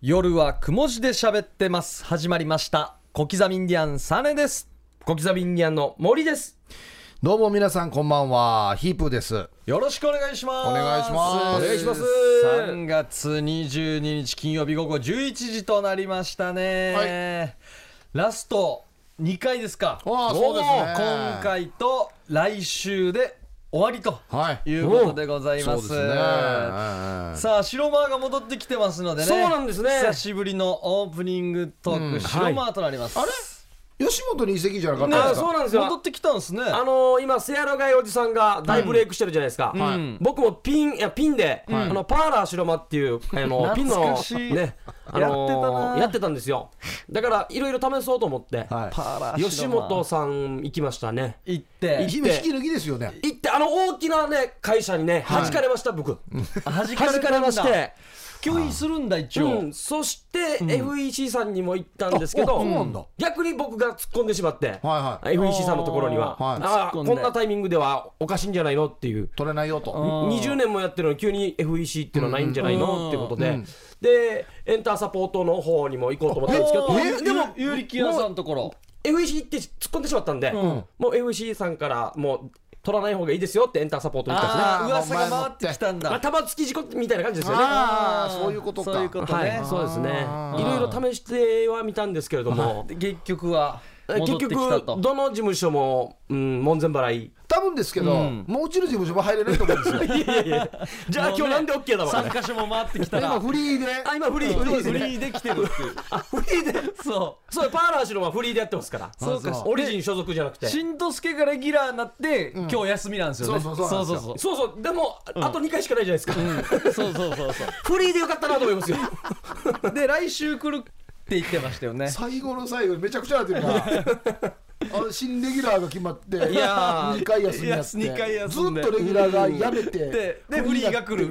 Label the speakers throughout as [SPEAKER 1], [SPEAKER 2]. [SPEAKER 1] 夜はくも字で喋ってます始まりました小刻みインディアンサネです
[SPEAKER 2] 小刻みインディアンの森です。
[SPEAKER 3] どうも皆さんこんばんは、ヒープーです。
[SPEAKER 1] よろしくお願いします
[SPEAKER 3] お願いしますお願いします
[SPEAKER 1] 3月22日金曜日午後11時となりましたね、ラスト2回ですか
[SPEAKER 3] ああそうですね
[SPEAKER 1] も今回と来週で終わりと
[SPEAKER 3] はい
[SPEAKER 1] いうことでございます、
[SPEAKER 3] ね
[SPEAKER 1] さあ白間が戻ってきてますのでね
[SPEAKER 2] そうなんですね
[SPEAKER 1] 久しぶりのオープニングトーク、白間となります、
[SPEAKER 3] あれ吉本に移籍じゃなかっ
[SPEAKER 2] あ
[SPEAKER 3] たんですか
[SPEAKER 2] そうなんです
[SPEAKER 1] 戻っ
[SPEAKER 2] よ。
[SPEAKER 1] てきたんですね
[SPEAKER 2] あのー、今、セアラガイおじさんが大ブレイクしてるじゃないですか。
[SPEAKER 3] はい
[SPEAKER 2] 僕もピン、いや、ピンで、あの、パーラー白間っていう、あの、ピン
[SPEAKER 1] 懐
[SPEAKER 2] の
[SPEAKER 1] かしい、
[SPEAKER 2] ね、あ
[SPEAKER 1] やってた
[SPEAKER 2] の
[SPEAKER 1] な
[SPEAKER 2] ー、やってたんですよ。だから、いろいろ試そうと思って、
[SPEAKER 3] はい
[SPEAKER 1] パーラー
[SPEAKER 2] 吉本さん行きましたね。
[SPEAKER 1] 行って
[SPEAKER 3] 引き抜きですよね。
[SPEAKER 2] 行って、あの、大きなね、会社にね、弾かれました、僕。
[SPEAKER 1] 弾
[SPEAKER 2] 弾かれまして。
[SPEAKER 1] 拒否するんだ一応、
[SPEAKER 2] うん、そして、FEC さんにも行ったんですけど、
[SPEAKER 3] あそうなんだ
[SPEAKER 2] 逆に僕が突っ込んでしまって、
[SPEAKER 3] はい
[SPEAKER 2] FEC さんのところに
[SPEAKER 3] は
[SPEAKER 2] は、
[SPEAKER 3] い
[SPEAKER 2] ああ
[SPEAKER 1] 突っ込
[SPEAKER 2] こ
[SPEAKER 1] んで
[SPEAKER 2] んなタイミングではおかしいんじゃないのっていう、
[SPEAKER 3] 取れないよと。
[SPEAKER 2] 20年もやってるのに、急に FEC っていうのはないんじゃないのっていうことで、で、エンターサポートの方にも行こうと思ったんですけど、
[SPEAKER 1] えで
[SPEAKER 2] で
[SPEAKER 1] も
[SPEAKER 2] も、
[SPEAKER 1] ゆりきやさんのところ
[SPEAKER 2] FEC 行って突っ込んでしまったんで、もう FEC さんから、もう取らない方がいいですよって、エンターサポートに行ったんですね。
[SPEAKER 1] ああ
[SPEAKER 3] ー
[SPEAKER 1] 噂が回ってきたん
[SPEAKER 2] まあ、
[SPEAKER 1] だ
[SPEAKER 2] 玉突き事故みたいな感じですよね。
[SPEAKER 3] ああ、そういうことか。
[SPEAKER 1] そういうこと
[SPEAKER 2] は
[SPEAKER 1] ね、
[SPEAKER 2] い、そうですね
[SPEAKER 3] あ。
[SPEAKER 2] いろいろ試してはみたんですけれども、
[SPEAKER 1] で結局は戻
[SPEAKER 2] 結
[SPEAKER 1] って
[SPEAKER 2] 局
[SPEAKER 1] きたと
[SPEAKER 2] どの事務所も、うん、門前払い
[SPEAKER 3] 多分ですけど、もううちの事務所も入れないと思うんですよ。
[SPEAKER 2] いやいやじゃあ、
[SPEAKER 1] もうね
[SPEAKER 2] 今日なんで OK だもん、
[SPEAKER 1] 3
[SPEAKER 2] ね、
[SPEAKER 1] 箇所も回ってきたら
[SPEAKER 3] 今フリーで。
[SPEAKER 2] あ今フリー
[SPEAKER 1] フ
[SPEAKER 2] フ
[SPEAKER 1] リ
[SPEAKER 2] リ
[SPEAKER 1] ー
[SPEAKER 2] ー
[SPEAKER 1] フ
[SPEAKER 2] で
[SPEAKER 1] リ
[SPEAKER 2] すね
[SPEAKER 1] ーできてるっていう
[SPEAKER 2] フリーで
[SPEAKER 1] そ
[SPEAKER 2] そうパーラーシロはフリーでやってますから
[SPEAKER 1] そうか
[SPEAKER 2] オリジン所属じゃなくて
[SPEAKER 1] う
[SPEAKER 2] そ
[SPEAKER 1] しんどすけがレギュラーになって、今日休みなんですよね
[SPEAKER 3] そうそうそう
[SPEAKER 1] そう
[SPEAKER 3] な
[SPEAKER 1] そうん
[SPEAKER 2] うそうでも、あと2回しかないじゃないですか、
[SPEAKER 1] そうそうそうそ
[SPEAKER 2] フリーでよかったなと思いますよ
[SPEAKER 1] うで来週来るって言ってましたよね
[SPEAKER 3] 最後の最後にめちゃくちゃなってるから。あ新レギュラーが決まって、
[SPEAKER 2] いやー
[SPEAKER 3] 2回休みやって、ず
[SPEAKER 1] いや二回
[SPEAKER 3] っ
[SPEAKER 1] 休んで
[SPEAKER 3] とレギュラーがやめて、
[SPEAKER 1] ででフリーが来 る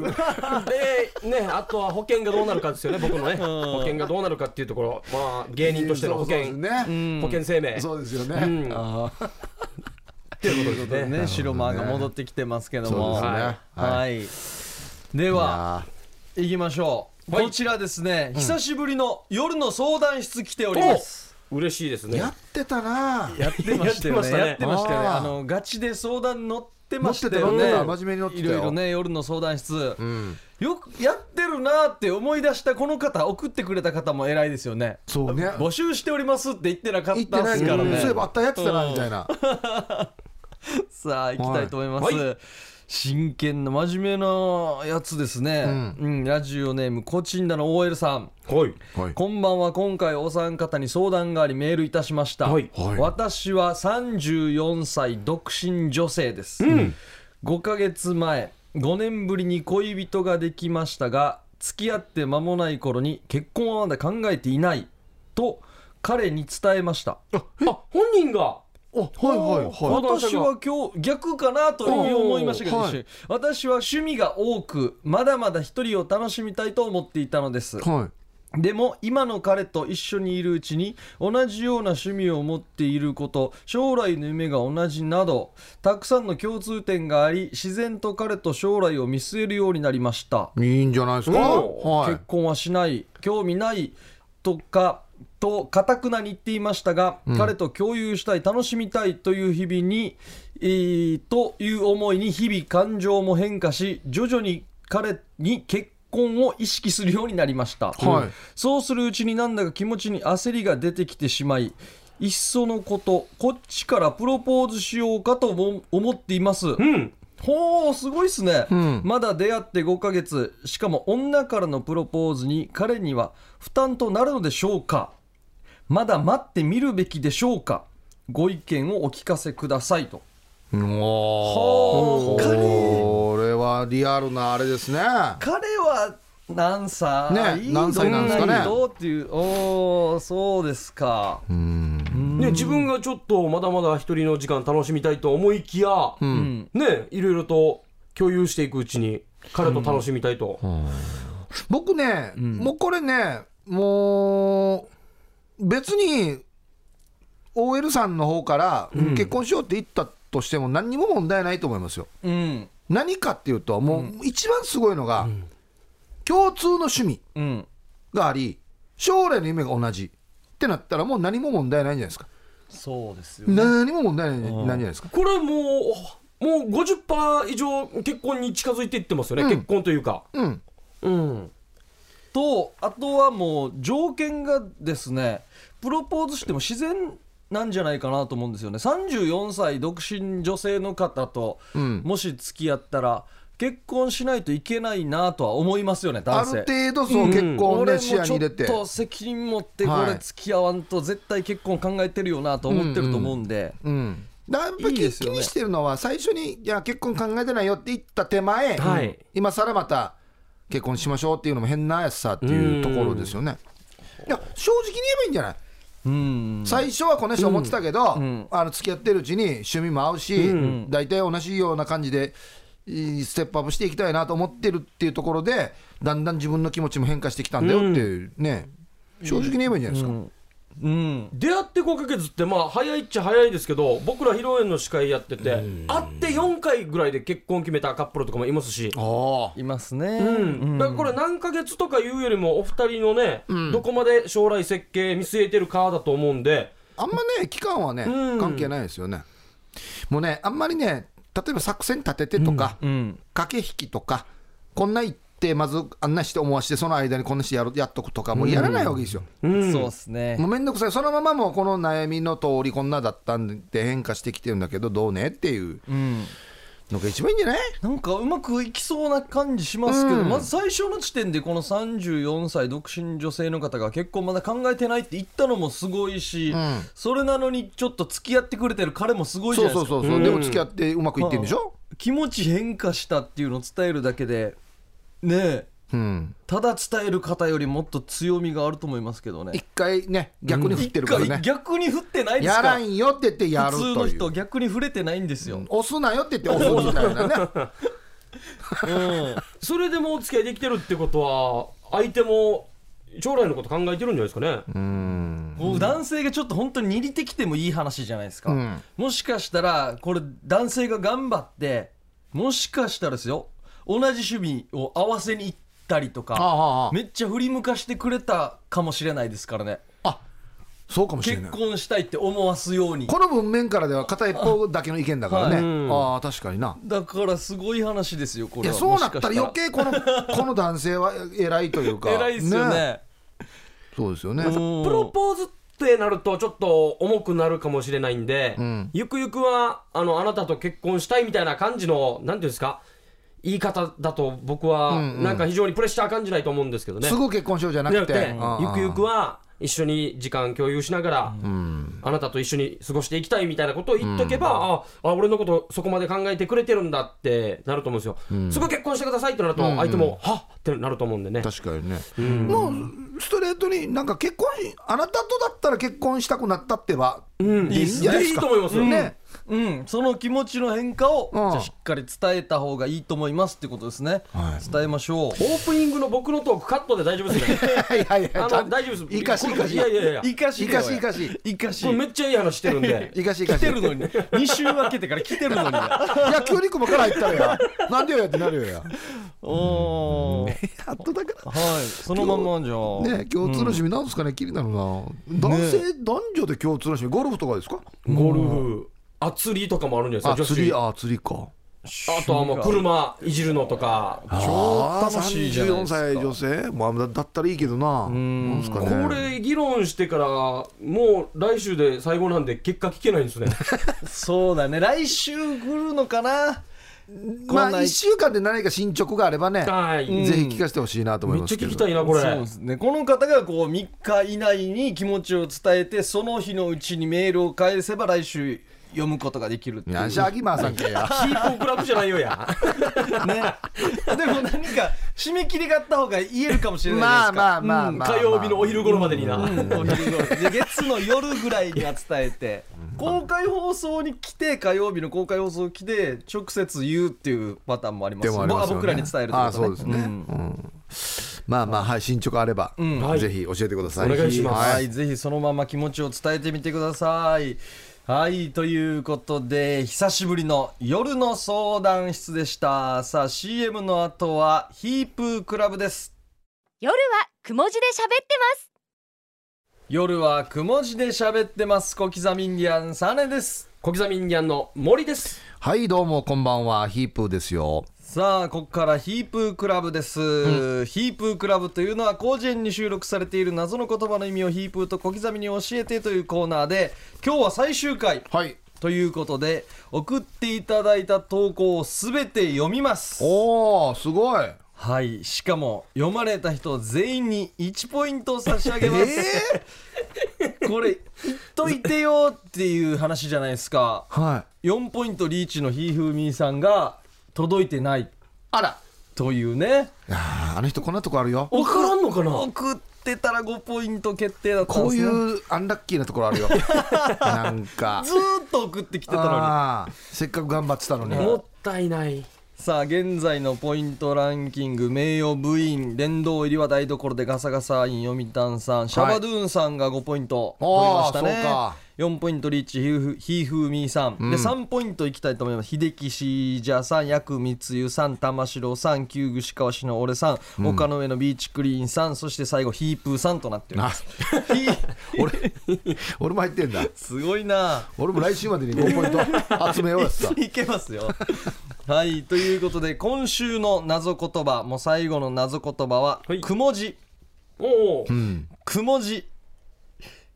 [SPEAKER 2] でねあとは保険がどうなるかですよね僕のね、保険がどうなるかっていうところまあ芸人としての保険、
[SPEAKER 3] そうですね。
[SPEAKER 2] 保険生命、
[SPEAKER 3] そうですよ
[SPEAKER 2] うん
[SPEAKER 3] ね。
[SPEAKER 2] っていうことですね
[SPEAKER 1] ね、 白間が戻ってきてますけど
[SPEAKER 3] そう
[SPEAKER 1] も。
[SPEAKER 3] ですね
[SPEAKER 1] は。
[SPEAKER 3] はい
[SPEAKER 1] では、
[SPEAKER 3] あー
[SPEAKER 1] 行きましょう。こちらですね、久しぶりの夜の相談室来ております。
[SPEAKER 2] 嬉しいですね
[SPEAKER 3] やってたな。
[SPEAKER 1] やってましたよね。や
[SPEAKER 2] や
[SPEAKER 1] っ
[SPEAKER 2] ってて
[SPEAKER 1] ま
[SPEAKER 3] ま
[SPEAKER 1] し
[SPEAKER 3] したた
[SPEAKER 1] よ
[SPEAKER 3] ね
[SPEAKER 1] ね。
[SPEAKER 3] あー
[SPEAKER 1] あの、ガチで相談乗ってましたよ
[SPEAKER 3] 乗って
[SPEAKER 1] ね
[SPEAKER 3] た乗ってた。真面目に乗ってた
[SPEAKER 1] い
[SPEAKER 3] よ
[SPEAKER 1] ろいろね、夜の相談室。よくやってるなーって思い出したこの方、送ってくれた方も偉いですよね。
[SPEAKER 3] そうね。
[SPEAKER 1] 募集しておりますって言ってなかっ
[SPEAKER 3] 行ったて
[SPEAKER 1] で
[SPEAKER 3] な
[SPEAKER 1] す
[SPEAKER 3] い
[SPEAKER 1] か
[SPEAKER 3] からら
[SPEAKER 1] ね。
[SPEAKER 3] ね。そういえばあったやってたなみたいな。
[SPEAKER 1] さあ行きたいと思います、
[SPEAKER 2] はいは
[SPEAKER 1] 真剣な真面目なやつですね、うんラジオネームコチンダの OL さん
[SPEAKER 2] はい
[SPEAKER 3] はい
[SPEAKER 1] こんばんは今回お三方に相談がありメールいたしました、
[SPEAKER 2] はい
[SPEAKER 3] はい
[SPEAKER 1] 私は34歳独身女性です、5ヶ月前5年ぶりに恋人ができましたが付き合って間もない頃に結婚はまだ考えていないと彼に伝えました
[SPEAKER 2] あ本人が
[SPEAKER 3] あ、はいはいはい。
[SPEAKER 1] 私は今日逆かなという思いましたけど、
[SPEAKER 3] おー
[SPEAKER 1] 一瞬私は趣味が多くまだまだ一人を楽しみたいと思っていたのです
[SPEAKER 3] はい。
[SPEAKER 1] でも今の彼と一緒にいるうちに同じような趣味を持っていること将来の夢が同じなどたくさんの共通点があり自然と彼と将来を見据えるようになりました
[SPEAKER 3] いいんじゃないですか。
[SPEAKER 2] うん
[SPEAKER 3] はい
[SPEAKER 1] 結。婚はしない興味ないとかとかたくなに言っていましたが、彼と共有したい楽しみたいという日々に、えーという思いに日々感情も変化し徐々に彼に結婚を意識するようになりました、
[SPEAKER 3] はい
[SPEAKER 1] そうするうちになんだか気持ちに焦りが出てきてしまいいっそのことこっちからプロポーズしようかとも思っています、
[SPEAKER 2] うん
[SPEAKER 1] ほうすごいっすね、
[SPEAKER 3] ん
[SPEAKER 1] まだ出会って5ヶ月しかも女からのプロポーズに彼には負担となるのでしょうかまだ待ってみるべきでしょうかご意見をお聞かせくださいと
[SPEAKER 3] お
[SPEAKER 1] は
[SPEAKER 3] お。
[SPEAKER 1] あ
[SPEAKER 3] これはリアルなあれですね。
[SPEAKER 1] 彼は何歳
[SPEAKER 3] ね何歳なんですかね
[SPEAKER 1] どなどうっていうおーそうですか
[SPEAKER 2] ね、自分がちょっとまだまだ一人の時間楽しみたいと思いきや、ね、いろいろと共有していくうちに彼と楽しみたいと、
[SPEAKER 3] 僕ね、もうこれね、もう別に OL さんの方から結婚しようって言ったとしても何にも問題ないと思いますよ。
[SPEAKER 1] うん
[SPEAKER 3] 何かっていうともう一番すごいのが共通の趣味。
[SPEAKER 1] うん
[SPEAKER 3] があり将来の夢が同じってなったらもう何も問題ないんじゃないですか
[SPEAKER 1] そうですよね
[SPEAKER 3] 何も問題ないんじゃないんじゃないですか
[SPEAKER 2] これもうもう50%以上結婚に近づいていってますよね、
[SPEAKER 3] うん
[SPEAKER 2] 結婚というか
[SPEAKER 3] うん
[SPEAKER 2] うん
[SPEAKER 1] とあとはもう条件がですねプロポーズしても自然なんじゃないかなと思うんですよね34歳独身女性の方と
[SPEAKER 3] うん
[SPEAKER 1] もし付き合ったら結婚しないといけないなとは思いますよね
[SPEAKER 3] あ
[SPEAKER 1] 男性
[SPEAKER 3] る程度そう結婚を
[SPEAKER 1] 俺
[SPEAKER 3] ね
[SPEAKER 1] も
[SPEAKER 3] 視野に入れて
[SPEAKER 1] ちょっと責任持ってこ
[SPEAKER 3] は
[SPEAKER 1] れ
[SPEAKER 3] い
[SPEAKER 1] 付き合わんと絶対結婚考えてるよなと思ってると思うんで、
[SPEAKER 3] うんだからやっぱ
[SPEAKER 1] いい
[SPEAKER 3] り
[SPEAKER 1] です
[SPEAKER 3] 気
[SPEAKER 1] よね
[SPEAKER 3] にしてるのは最初にいや結婚考えてないよって言った手前
[SPEAKER 2] はい
[SPEAKER 3] 今更また結婚しましょうっていうのも変なやつさっていうところですよねいや正直に言えばいいんじゃない
[SPEAKER 1] うん
[SPEAKER 3] 最初はこの人思ってたけど、
[SPEAKER 1] ん
[SPEAKER 3] あの付き合ってるうちに趣味も合うし、大体同じような感じでいいステップアップしていきたいなと思ってるっていうところでだんだん自分の気持ちも変化してきたんだよっていうね、正直に言えばいいんじゃないですか、
[SPEAKER 1] うん
[SPEAKER 2] 出会って5ヶ月ってまあ早いっちゃ早いですけど僕ら披露宴の司会やってて会って4回ぐらいで結婚決めたカップルとかもいますし
[SPEAKER 3] あ
[SPEAKER 1] いますね、
[SPEAKER 2] うん、だからこれ何ヶ月とかいうよりもお二人のね、どこまで将来設計見据えてるかだと思うんで
[SPEAKER 3] あんまね期間はね、
[SPEAKER 2] うん
[SPEAKER 3] 関係ないですよねもうねあんまりね例えば作戦立ててとか、
[SPEAKER 1] うん
[SPEAKER 3] 駆け引きとかこんな言ってまずあんなして思わしてその間にこんなしてやるやっとくとかもうやらないわけですよ、
[SPEAKER 2] うん
[SPEAKER 1] そうですね、
[SPEAKER 3] もうめんどくさい、そのままもうこの悩みの通り、こんなだったんで変化してきてるんだけど、どうねっていう
[SPEAKER 1] うん
[SPEAKER 3] のが一番いいんじゃない
[SPEAKER 1] なんかうまくいきそうな感じしますけど、
[SPEAKER 3] うん
[SPEAKER 1] まず最初の時点でこの34歳独身女性の方が結婚まだ考えてないって言ったのもすごいし、
[SPEAKER 3] ん
[SPEAKER 1] それなのにちょっと付き合ってくれてる彼もすごいじゃな
[SPEAKER 3] そう
[SPEAKER 1] いです
[SPEAKER 3] そう
[SPEAKER 1] か
[SPEAKER 3] そう、
[SPEAKER 2] う
[SPEAKER 3] うんでも付き合ってうまくいってるんでしょ、
[SPEAKER 1] 気持ち変化したっていうのを伝えるだけでねえ
[SPEAKER 3] うん、
[SPEAKER 1] ただ伝える方よりもっと強みがあると思いますけどね
[SPEAKER 3] 一回ね、逆に振ってるから
[SPEAKER 1] 一回
[SPEAKER 3] ね、
[SPEAKER 1] 逆に振ってないです
[SPEAKER 3] や
[SPEAKER 1] から
[SPEAKER 3] んよって言ってや
[SPEAKER 1] 普
[SPEAKER 3] ると
[SPEAKER 1] 通の
[SPEAKER 3] いう、
[SPEAKER 1] 人逆に触れてないんですよ、うん
[SPEAKER 3] 押すなよって言って押すみたい なね、
[SPEAKER 2] それでもお付き合いできてるってことは相手も将来のこと考えてるんじゃないですかね、
[SPEAKER 1] もう男性がちょっと本当に似りてきてもいい話じゃないですか、
[SPEAKER 3] うん
[SPEAKER 1] もしかしたらこれ男性が頑張ってもしかしたらですよ同じ趣味を合わせに行ったりと
[SPEAKER 3] あ
[SPEAKER 1] か
[SPEAKER 3] あああ
[SPEAKER 1] めっちゃ振り向かしてくれたかもしれないですからね
[SPEAKER 3] あそうかもしれ
[SPEAKER 1] 結
[SPEAKER 3] ない。
[SPEAKER 1] 婚したいって思わすように
[SPEAKER 3] この文面からでは片一方だけの意見だからね、
[SPEAKER 1] はい
[SPEAKER 2] うん
[SPEAKER 3] ああ、確かにな。
[SPEAKER 1] だからすごい話ですよこ
[SPEAKER 3] い
[SPEAKER 1] れ
[SPEAKER 3] や
[SPEAKER 1] は
[SPEAKER 3] そうなったら
[SPEAKER 1] もし
[SPEAKER 3] 余
[SPEAKER 1] かし
[SPEAKER 3] 計このこの男性は偉いというか
[SPEAKER 1] たら偉いですよね
[SPEAKER 3] そうですよね、
[SPEAKER 1] うん
[SPEAKER 2] プロポーズってなるとちょっと重くなるかもしれないんで、
[SPEAKER 3] ん
[SPEAKER 2] ゆくゆくはあのあなたと結婚したいみたいな感じのなんていうんですか言い方だと僕は
[SPEAKER 3] うんうん
[SPEAKER 2] なんか非常にプレッシャー感じないと思うんですけどね、
[SPEAKER 3] すぐ結婚しようじゃな
[SPEAKER 2] じゃ
[SPEAKER 3] く
[SPEAKER 2] なく
[SPEAKER 3] て
[SPEAKER 2] て
[SPEAKER 3] うん、
[SPEAKER 2] ゆくゆくは一緒に時間共有しながら、あなたと一緒に過ごしていきたいみたいなことを言っとけば、ああ、俺のことそこまで考えてくれてるんだってなると思うんですよ。すぐ結婚してくださいってなると、相手も、はっってなると思うんでね。
[SPEAKER 3] 確かにね、もうストレートになんか結婚あなたとだったら結婚したくなったってば、
[SPEAKER 2] うん、
[SPEAKER 3] いいんじゃないですか
[SPEAKER 2] と思いますよ。
[SPEAKER 3] ね
[SPEAKER 1] うん、その気持ちの変化を、
[SPEAKER 3] うん
[SPEAKER 1] じゃあしっかり伝えた方がいいと思いますってことですね、
[SPEAKER 3] はい
[SPEAKER 1] 伝えましょう
[SPEAKER 2] オープニングの僕のトークカットで大丈夫ですよね。
[SPEAKER 3] はいはいはい
[SPEAKER 2] あの大丈夫です。
[SPEAKER 3] いかしいかし
[SPEAKER 2] いやいやいや。
[SPEAKER 1] いかし
[SPEAKER 3] いかしいかしい
[SPEAKER 1] いかし
[SPEAKER 2] これめっちゃいい話してる んで。
[SPEAKER 3] いかしいか
[SPEAKER 1] 来
[SPEAKER 3] してい
[SPEAKER 1] るのに2週明けてから来てるのに
[SPEAKER 3] いや急に雲から入ったらやなんでよやってなるよや
[SPEAKER 1] おー
[SPEAKER 3] やっとだから
[SPEAKER 1] はいそのまんまじゃあ
[SPEAKER 3] ね共通の趣味なんですかね、気になるな男性、男女で共通の趣味ゴルフとかですか
[SPEAKER 2] ゴルフ、あ釣りとかもあるんじゃない
[SPEAKER 3] あ
[SPEAKER 2] ですか、
[SPEAKER 3] 釣り
[SPEAKER 2] 女子。
[SPEAKER 3] あ釣りか
[SPEAKER 2] あとはもう車いじるのとか。
[SPEAKER 1] 超楽しいじゃないですか
[SPEAKER 3] あー34歳女性、まあ、だだったらいいけどななんですかね
[SPEAKER 2] これ議論してからもう来週で最後なんで結果聞けないんですね
[SPEAKER 1] そうだね来週来るのかな
[SPEAKER 3] ま
[SPEAKER 1] こ
[SPEAKER 3] あ
[SPEAKER 1] んな
[SPEAKER 3] 1週間で何か進捗があればね、
[SPEAKER 2] はい、
[SPEAKER 1] ん
[SPEAKER 3] ぜひ聞かせてほしいなと思い
[SPEAKER 2] めっ
[SPEAKER 3] ま
[SPEAKER 2] ちゃ
[SPEAKER 3] すけ
[SPEAKER 2] 聞
[SPEAKER 3] ど
[SPEAKER 2] きたいなこ
[SPEAKER 1] そう
[SPEAKER 2] れ
[SPEAKER 1] ですねこの方がこう3日以内に気持ちを伝えてその日のうちにメールを返せば来週読むことができるっていう
[SPEAKER 3] なんしアギマーさんけや
[SPEAKER 2] キーポンクラブじゃないよや
[SPEAKER 1] ね、でも何か締め切りがあった方が言えるかもしれないじ ゃ
[SPEAKER 3] まあ
[SPEAKER 1] ない
[SPEAKER 3] まあまあまあ、まあ、
[SPEAKER 2] 火曜日のお昼頃までにな、
[SPEAKER 1] ですか、お昼頃で月の夜ぐらいには伝えて公開放送に来て火曜日の公開放送来て直接言うっていうパターンもあります
[SPEAKER 3] でもありますよね
[SPEAKER 1] 僕らに伝えるってことね
[SPEAKER 3] あそうですね
[SPEAKER 1] ん
[SPEAKER 3] まあまあはい進捗あれば、
[SPEAKER 2] はい
[SPEAKER 3] ぜひ教えてください
[SPEAKER 2] お願いします
[SPEAKER 1] はい、
[SPEAKER 3] はい
[SPEAKER 1] ぜひそのまま気持ちを伝えてみてください。はい、ということで、久しぶりの夜の相談室でした。さあ、CM の後は、ヒープークラブです。
[SPEAKER 4] 夜はくも字で喋ってます
[SPEAKER 1] 夜はくも字で喋ってます小刻みインディアンサネです
[SPEAKER 2] 小刻みインディアンの森です。
[SPEAKER 3] はいどうもこんばんはヒープーですよ
[SPEAKER 1] さあここからヒープークラブです、ヒープークラブというのは広辞苑に収録されている謎の言葉の意味をヒープーと小刻みに教えてというコーナーで今日は最終回
[SPEAKER 3] はい
[SPEAKER 1] ということで送っていただいた投稿をすべて読みます
[SPEAKER 3] おおすごい
[SPEAKER 1] はいしかも読まれた人全員に1ポイントを差し上げます、これ言っといてよっていう話じゃないですか
[SPEAKER 3] はい
[SPEAKER 1] 4ポイントリーチのひーふーみーさんが届いてない
[SPEAKER 3] あら
[SPEAKER 1] というね
[SPEAKER 3] いやーあの人こんなとこあるよ
[SPEAKER 2] わからんのかな
[SPEAKER 1] 送ってたら5ポイント決定だったん
[SPEAKER 3] こ
[SPEAKER 1] です
[SPEAKER 3] うい
[SPEAKER 1] ね
[SPEAKER 3] うアンラッキーなところあるよ なんか
[SPEAKER 1] ずーっと送ってきてたの
[SPEAKER 3] あーせっかく頑張ってたのに
[SPEAKER 2] もったいない。
[SPEAKER 1] にさあ現在のポイントランキング名誉部員殿堂入りは台所でガサガサイン読谷さんシャバドゥーンさんが5ポイント取りましたね、
[SPEAKER 3] あーそうか
[SPEAKER 1] 4ポイントリーチひーふひーふーみーさん、で3ポイントいきたいと思います秀樹しじゃさんやくみつゆさん玉城さん旧具志川氏の俺さん、丘の上のビーチクリーンさんそして最後ヒープーさんとなっておりますひ
[SPEAKER 3] 俺俺も入ってんだ
[SPEAKER 1] すごいな
[SPEAKER 3] 俺も来週までに5ポイント集めようやって た
[SPEAKER 1] いけますよ。はい、ということで、今週の謎言葉、もう最後の謎言葉は、
[SPEAKER 2] はい
[SPEAKER 1] くもじ、
[SPEAKER 2] おお、
[SPEAKER 1] くもじ。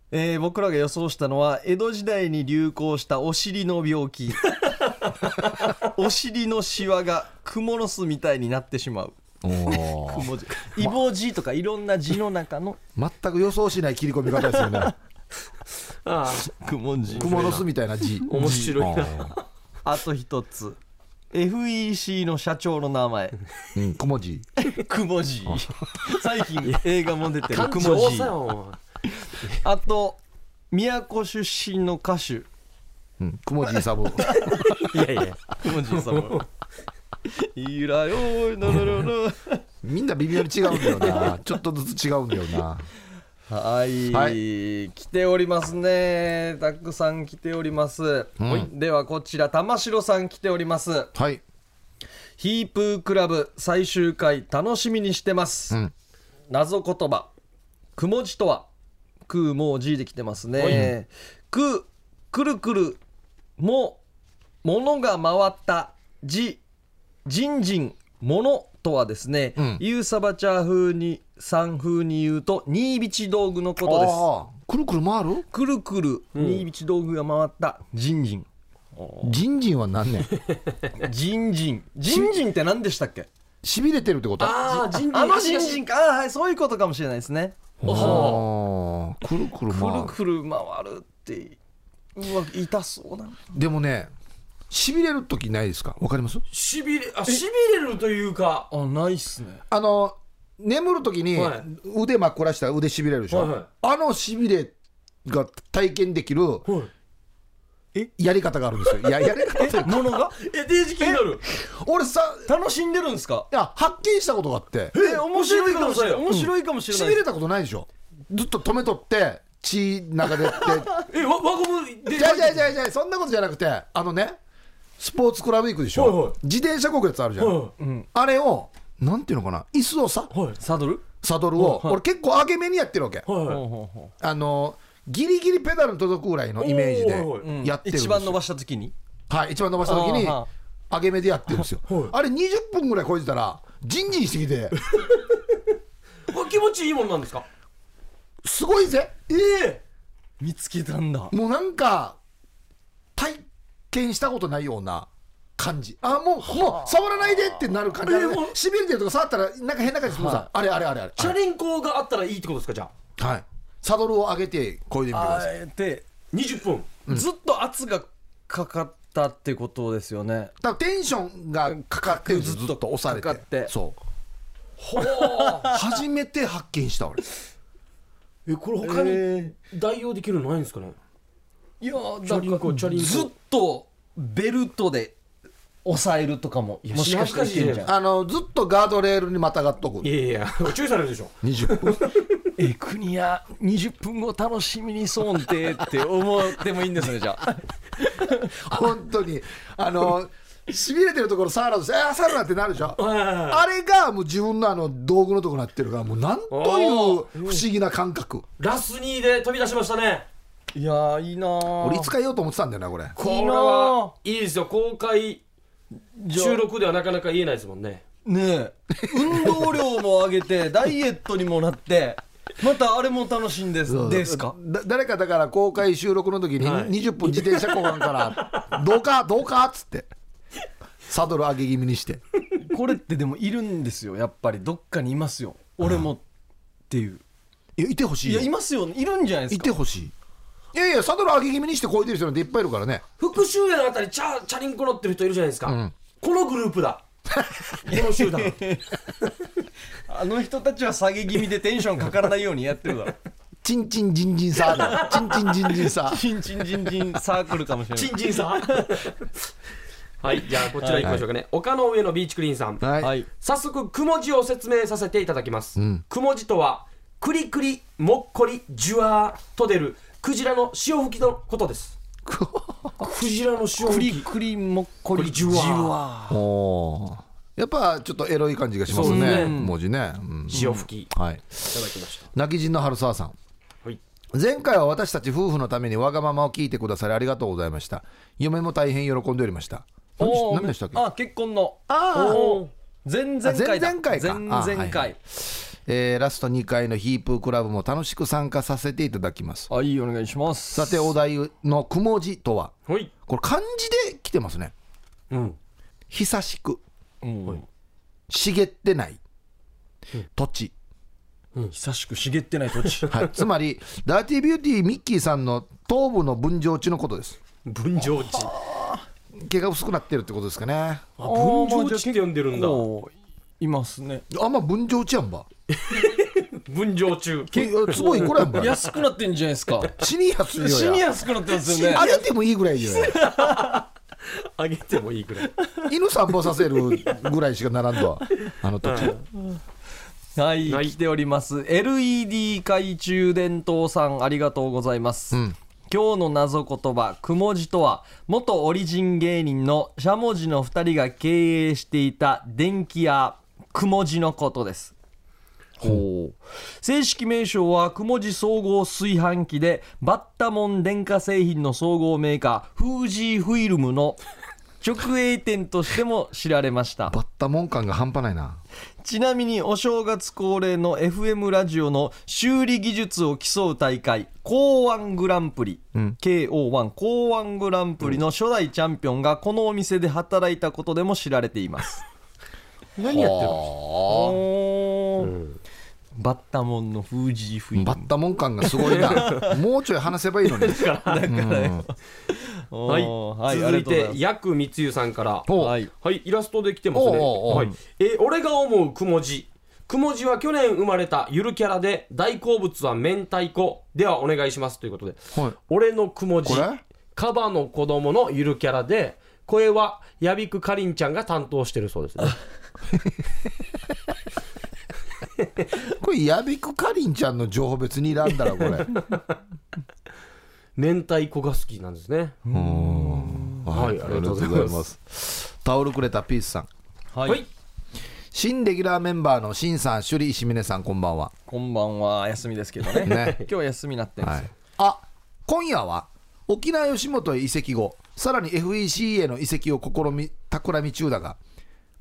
[SPEAKER 1] えー僕らが予想したのは、江戸時代に流行したお尻の病気。お尻のシワがクモの巣みたいになってしまう。
[SPEAKER 3] お
[SPEAKER 1] く
[SPEAKER 3] ー
[SPEAKER 1] もじ。イボジとかいろんな字の中の
[SPEAKER 3] 全く予想しない切り込み方ですよね
[SPEAKER 2] ああ、
[SPEAKER 1] くもじ。
[SPEAKER 3] 蜘蛛の巣みたいな字
[SPEAKER 2] 面白いな。
[SPEAKER 3] あ
[SPEAKER 1] あと一つ。FEC の社長の名前。
[SPEAKER 3] ーうん小文字
[SPEAKER 1] くもじ。最近映画も出てる
[SPEAKER 2] 感
[SPEAKER 1] く
[SPEAKER 2] 情
[SPEAKER 1] もじ
[SPEAKER 2] さ。よ。
[SPEAKER 1] あと宮古出身の歌手
[SPEAKER 3] うん小文字サブ
[SPEAKER 2] いやいや、
[SPEAKER 1] 文人さんもいらよーいなららら
[SPEAKER 3] みんな微妙に違うんだよなちょっとずつ違うんだよな
[SPEAKER 1] はい、
[SPEAKER 3] は
[SPEAKER 1] 来ておりますねたくさん来ております、
[SPEAKER 3] ん
[SPEAKER 1] ではこちら玉城さん来ております
[SPEAKER 3] はい
[SPEAKER 1] ヒープークラブ最終回楽しみにしてます、
[SPEAKER 3] うん
[SPEAKER 1] 謎言葉くも字とはくも字で来てますねくくるくるもものが回ったじじんじんものとはですね、
[SPEAKER 3] ん
[SPEAKER 1] ゆうさばちゃん風にさん風に言うとにいびち道具のことです
[SPEAKER 3] ああくるくる回る
[SPEAKER 1] くるくるにいびち道具が回ったじんじん
[SPEAKER 3] ジンジンは何ね
[SPEAKER 1] じんじんじんじんって何でしたっけ
[SPEAKER 3] しびれてるってこと
[SPEAKER 2] ああ、人類
[SPEAKER 1] あの新人 か、あーはい、そういうことかもしれないですね。
[SPEAKER 2] おお、
[SPEAKER 3] あーくるくる
[SPEAKER 1] く
[SPEAKER 3] 回
[SPEAKER 1] る
[SPEAKER 3] る
[SPEAKER 1] くる回るって、うわ、痛そうだな。
[SPEAKER 3] でもねしびれる時ないですかわかります
[SPEAKER 2] しびれ、あ、しびれるというか。
[SPEAKER 1] あ、ないっすね。
[SPEAKER 3] あの眠る時に
[SPEAKER 2] はい
[SPEAKER 3] 腕まっこらしたら腕しびれるでしょ、
[SPEAKER 2] はいはい
[SPEAKER 3] あのしびれが体験できる
[SPEAKER 2] はい
[SPEAKER 3] やり方があるんですよいややり方 って
[SPEAKER 1] ものが、
[SPEAKER 2] え、デージ気になる。
[SPEAKER 3] 俺さ
[SPEAKER 1] 楽しんでるんですか。
[SPEAKER 3] いや発見したことがあって
[SPEAKER 1] え、面白いかもしれない。
[SPEAKER 2] うん
[SPEAKER 1] 面白いかもしれ
[SPEAKER 3] し
[SPEAKER 1] な
[SPEAKER 3] び
[SPEAKER 1] い。
[SPEAKER 3] れたことないでしょずっと止めとって血 中でって
[SPEAKER 2] え、わ、輪ゴムで。
[SPEAKER 3] じゃあじゃあじゃあじゃあそんなことじゃなくてあのねスポーツクラブ行くでしょ、
[SPEAKER 2] はいはい
[SPEAKER 3] 自転車こぐやつあるじゃん、
[SPEAKER 2] はい
[SPEAKER 3] あれをなんていうのかな椅子をさ
[SPEAKER 2] はい。
[SPEAKER 1] サドル。
[SPEAKER 3] サドルを、俺結構上げ目にやってるわけ、
[SPEAKER 2] はい。
[SPEAKER 3] あのギリギリペダルに届くぐらいのイメージで
[SPEAKER 2] おー
[SPEAKER 1] うん
[SPEAKER 3] やってるんです
[SPEAKER 1] 一
[SPEAKER 3] よ
[SPEAKER 1] 番伸ばした時に。
[SPEAKER 3] はい、一番伸ばした時に
[SPEAKER 1] あーは
[SPEAKER 3] 上げ目でやってるんですよ
[SPEAKER 2] はい
[SPEAKER 3] あれ20分ぐらい超えてたらジンジンしてきて
[SPEAKER 2] わ、気持ちいいもんなんですか。
[SPEAKER 3] すごいぜ
[SPEAKER 2] ええ。
[SPEAKER 1] 見つけたんだ。
[SPEAKER 3] もうなんか体験したことないような感じあもうもう触らないでってなる感じ、
[SPEAKER 2] えーもう
[SPEAKER 3] しびれてるとか触ったらなんか変な感じするさ、あれあれあれあれ
[SPEAKER 2] チャリンコがあったらいいってことですか、じゃあ。
[SPEAKER 3] はいサドルを上げてこいでみてくだ
[SPEAKER 1] あ
[SPEAKER 3] さい
[SPEAKER 1] えて、
[SPEAKER 2] 20分。
[SPEAKER 1] ずっと圧がかかったってことですよね。
[SPEAKER 3] だからテンションがかかってるずっと押されて
[SPEAKER 1] かかって
[SPEAKER 3] そう
[SPEAKER 2] ほう。
[SPEAKER 3] 初めて発見した俺
[SPEAKER 2] え、これ他
[SPEAKER 1] え
[SPEAKER 2] に代用できるのないんですかね。
[SPEAKER 1] いやー、
[SPEAKER 2] チャリンコ、チャリンコ。
[SPEAKER 1] ずっとベルトで抑えるとかも、
[SPEAKER 2] や
[SPEAKER 1] もしかしたらいけんじゃん。
[SPEAKER 3] あのずっとガードレールにまたがっとく
[SPEAKER 2] いやいや、注意されるでしょ。
[SPEAKER 3] 20分
[SPEAKER 1] えー、国や20分後楽しみにそんてって思ってもいいんですね、じゃあ。
[SPEAKER 3] 本当にあのしびれてるところ触らずして「ああ触るな」ってなるでしょ
[SPEAKER 2] は
[SPEAKER 3] あれがもう自分のあの道具のとこになってるからもうなんという不思議な感覚
[SPEAKER 2] いラスニーで飛び出しましたね
[SPEAKER 1] いやーいいなー
[SPEAKER 3] 俺いつか言おうと思ってたんだよなこれ
[SPEAKER 2] これはいいですよ公開
[SPEAKER 1] じゃあ
[SPEAKER 2] 収録ではなかなか言えないですもんね
[SPEAKER 1] ねえ運動量も上げてダイエットにもなって またあれも楽しいんですですか
[SPEAKER 3] だ誰かだから公開収録の時に
[SPEAKER 2] はい
[SPEAKER 3] 20分自転車こがんから「どうかどうか」っつってサドル上げ気味にして
[SPEAKER 1] これってでもいるんですよやっぱりどっかにいますよ俺もっていう
[SPEAKER 3] いやいてほしい
[SPEAKER 1] い
[SPEAKER 3] よ
[SPEAKER 1] やいますよいるんじゃないで
[SPEAKER 3] い
[SPEAKER 1] すか
[SPEAKER 3] てほしいいやいやサドル上げ気味にしてこいでる人なんていっぱいいるからね
[SPEAKER 2] 復讐園あたりチャチャリンコ乗ってる人いるじゃないですか、このグループ だこの集団
[SPEAKER 1] あの人たちは下げ気味でテンションかからないようにやってるだろ
[SPEAKER 3] チンチンジンジンサー だチンチンジンジンサー
[SPEAKER 1] チンチンチンチンサークルかもしれない
[SPEAKER 2] チンチンさん はいじゃあこちら行きましょうかね、丘の上のビーチクリーンさん、
[SPEAKER 3] はい、
[SPEAKER 1] はい
[SPEAKER 2] 早速くも字を説明させていただきます、くも字とはくりくりもっこりじゅわーと出るクジラの潮吹きのことですクジラの潮
[SPEAKER 1] ク
[SPEAKER 2] 吹
[SPEAKER 1] リ
[SPEAKER 2] き
[SPEAKER 1] クリもっこ
[SPEAKER 2] これ
[SPEAKER 1] り
[SPEAKER 2] じゅわ
[SPEAKER 1] ー
[SPEAKER 3] おーやっぱちょっとエロい感じがします
[SPEAKER 2] そう
[SPEAKER 3] ね
[SPEAKER 2] ですね
[SPEAKER 3] 文字ね、うん
[SPEAKER 2] 潮吹きい
[SPEAKER 3] はい
[SPEAKER 2] ただきました、
[SPEAKER 3] 泣き人の春沢さん
[SPEAKER 2] はい
[SPEAKER 3] 前回は私たち夫婦のためにわがままを聞いてくださりありがとうございました嫁も大変喜んでおりました何でし
[SPEAKER 1] おー
[SPEAKER 3] 何でしたっけ
[SPEAKER 1] あ結婚の
[SPEAKER 3] あー
[SPEAKER 1] おー前々回だ
[SPEAKER 3] 前々回か
[SPEAKER 1] 前
[SPEAKER 3] あーは
[SPEAKER 1] 々
[SPEAKER 3] いはい
[SPEAKER 1] 回
[SPEAKER 3] えーラスト2回のヒープークラブも楽しく参加させていただきます
[SPEAKER 1] はいお願いします
[SPEAKER 3] さてお題の「くも字」とは
[SPEAKER 2] はい
[SPEAKER 3] これ漢字で来てますね
[SPEAKER 2] うん
[SPEAKER 3] 久しく
[SPEAKER 1] うん
[SPEAKER 3] 茂ってない土地
[SPEAKER 1] 久しく茂ってない土 地
[SPEAKER 3] はい、つまりダーティービューティーミッキーさんの頭部の分譲地のことです
[SPEAKER 2] 分譲地
[SPEAKER 3] 毛が薄くなってるってことですかね
[SPEAKER 2] あ分譲地って呼んでるんだ
[SPEAKER 1] こういます ね
[SPEAKER 3] あんま分譲地やんば
[SPEAKER 2] 分譲中
[SPEAKER 3] えすごいこれやんば
[SPEAKER 1] 安くなってんじゃないですか
[SPEAKER 3] シニアするよや
[SPEAKER 1] シニア安くなってますよね
[SPEAKER 3] あげてもいいぐらいよ
[SPEAKER 2] あげてもいいぐらい
[SPEAKER 3] 犬散歩させるぐらいしか並んだわあの土地
[SPEAKER 1] はい、
[SPEAKER 2] はい
[SPEAKER 1] 来ております。LED 懐中電灯さん、ありがとうございます。
[SPEAKER 3] ん
[SPEAKER 1] 今日の謎言葉、くも字とは、元オリジン芸人のしゃもじの2人が経営していた電気屋、くも字のことです。ほう正式名称はくも字総合炊飯器でバッタモン電化製品の総合メーカーフージーフィルムの直営店としても知られました
[SPEAKER 3] バッタモン感が半端ないな
[SPEAKER 1] ちなみにお正月恒例の FM ラジオの修理技術を競う大会港湾グランプリ、KO1 港湾グランプリの初代チャンピオンがこのお店で働いたことでも知られています
[SPEAKER 2] 何やってるの
[SPEAKER 1] おーバッタモンのフージーフィ
[SPEAKER 3] バ
[SPEAKER 1] ル
[SPEAKER 3] ッタモン感がすごいなもうちょい話せばいいのに
[SPEAKER 1] ムおー
[SPEAKER 2] はい、続い
[SPEAKER 1] ありがと
[SPEAKER 2] て
[SPEAKER 1] うござます
[SPEAKER 2] ヤクミツユさんから
[SPEAKER 3] お
[SPEAKER 1] はい
[SPEAKER 2] はい、イラストで来てますね。
[SPEAKER 3] おうおうおう
[SPEAKER 2] はい、えー俺が思うくも字。くも字は去年生まれたゆるキャラで、大好物は明太子。ではお願いしますということで。
[SPEAKER 3] はい
[SPEAKER 2] 俺のくも字
[SPEAKER 3] これ。
[SPEAKER 2] カバの子供のゆるキャラで、声はやびくかりんちゃんが担当してるそうですね。
[SPEAKER 3] これやびくかりんちゃんの情報別に選んだら これ
[SPEAKER 2] 明太子が好きなんですね。はいありがとうございます
[SPEAKER 3] すタオルくれたピースさん
[SPEAKER 1] はい、
[SPEAKER 2] はい。
[SPEAKER 3] 新レギュラーメンバーのしんさん、朱里石峰さん、こんばんは。
[SPEAKER 1] こんばんは休みですけどね
[SPEAKER 3] ね
[SPEAKER 1] 今日休みになってるんです
[SPEAKER 3] は
[SPEAKER 1] よ、
[SPEAKER 3] い、あ今夜は沖縄吉本へ移籍後、さらに FEC への移籍を試み企み中だが、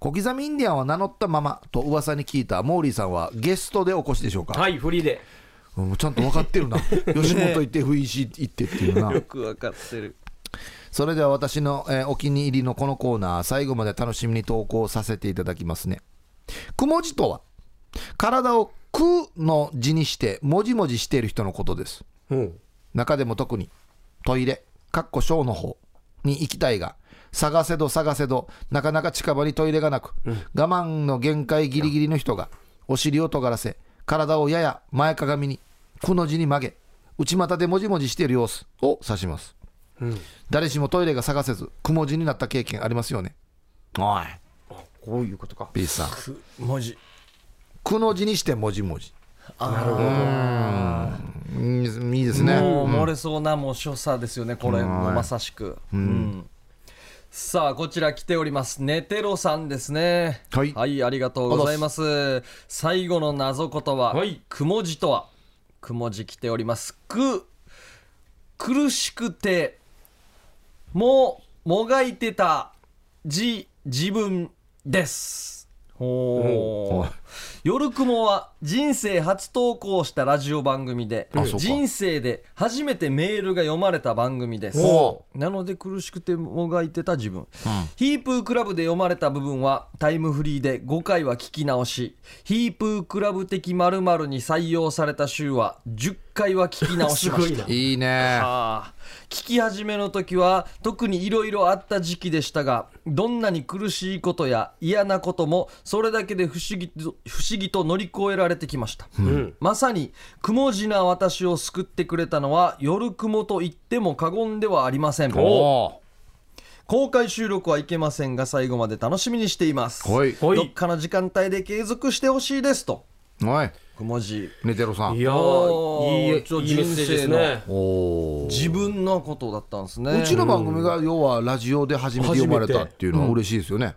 [SPEAKER 3] 小刻みインディアンは名乗ったままと噂に聞いたモーリーさんはゲストでお越しでしょうか、
[SPEAKER 2] はい、フリーで。
[SPEAKER 3] うんちゃんと分かって るな、吉本行って FEC 行ってっていうな。
[SPEAKER 1] よくわかってる
[SPEAKER 3] それでは私の、えーお気に入りのこのコーナー、最後まで楽しみに投稿させていただきますね。くも字とは、体をくの字にして、もじもじしている人のことです。
[SPEAKER 2] うん。
[SPEAKER 3] 中でも特に、トイレ、かっこ小の方に行きたいが、探せど探せど、なかなか近場にトイレがなく、我慢の限界ギリギリの人が、お尻を尖らせ、体をやや前かがみに、くの字に曲げ、内股でもじもじしている様子を指します。
[SPEAKER 2] うん。
[SPEAKER 3] 誰しもトイレが探せず、くも字になった経験ありますよね。おい、
[SPEAKER 2] こういうことか。
[SPEAKER 3] ピースさん。
[SPEAKER 1] 文字
[SPEAKER 3] くの字にしてもじもじ。
[SPEAKER 1] なるほど
[SPEAKER 3] うんいいですね。
[SPEAKER 1] もう漏れそうなもう所作ですよねこれもまさしく、うんさあこちら来ておりますネテロさんですね
[SPEAKER 3] はい
[SPEAKER 1] ありがとうございます最後の謎言葉、
[SPEAKER 2] はい
[SPEAKER 1] くもじとはくもじ来ておりますく苦しくてももがいてたじ自分ですほ
[SPEAKER 3] お
[SPEAKER 1] う夜雲は人生初投稿したラジオ番組で
[SPEAKER 3] あそうか
[SPEAKER 1] 人生で初めてメールが読まれた番組です
[SPEAKER 2] お
[SPEAKER 1] なので苦しくてもがいてた自分、ヒープークラブで読まれた部分はタイムフリーで5回は聞き直しヒープークラブ的〇〇に採用された週は10回は聞き直 しました
[SPEAKER 3] いいね
[SPEAKER 1] ああ聞き始めの時は特にいろいろあった時期でしたがどんなに苦しいことや嫌なこともそれだけで不思議と不思議と乗り越えられてきました、
[SPEAKER 2] ん
[SPEAKER 1] まさにくもじな私を救ってくれたのは夜雲と言っても過言ではありません
[SPEAKER 3] お
[SPEAKER 1] 公開収録はいけませんが最後まで楽しみにしています
[SPEAKER 3] はい
[SPEAKER 2] はい
[SPEAKER 1] どっかの時間帯で継続してほしいですと
[SPEAKER 3] おい
[SPEAKER 1] くもじ
[SPEAKER 3] ネテロさん
[SPEAKER 2] いや
[SPEAKER 1] おー
[SPEAKER 2] ーいい
[SPEAKER 1] ちょ
[SPEAKER 2] いいメッセージですね
[SPEAKER 3] お
[SPEAKER 1] 自分のことだったんですね
[SPEAKER 3] うちの番組が要はラジオで初めて読まれたっていうのは嬉しいですよね、
[SPEAKER 2] うん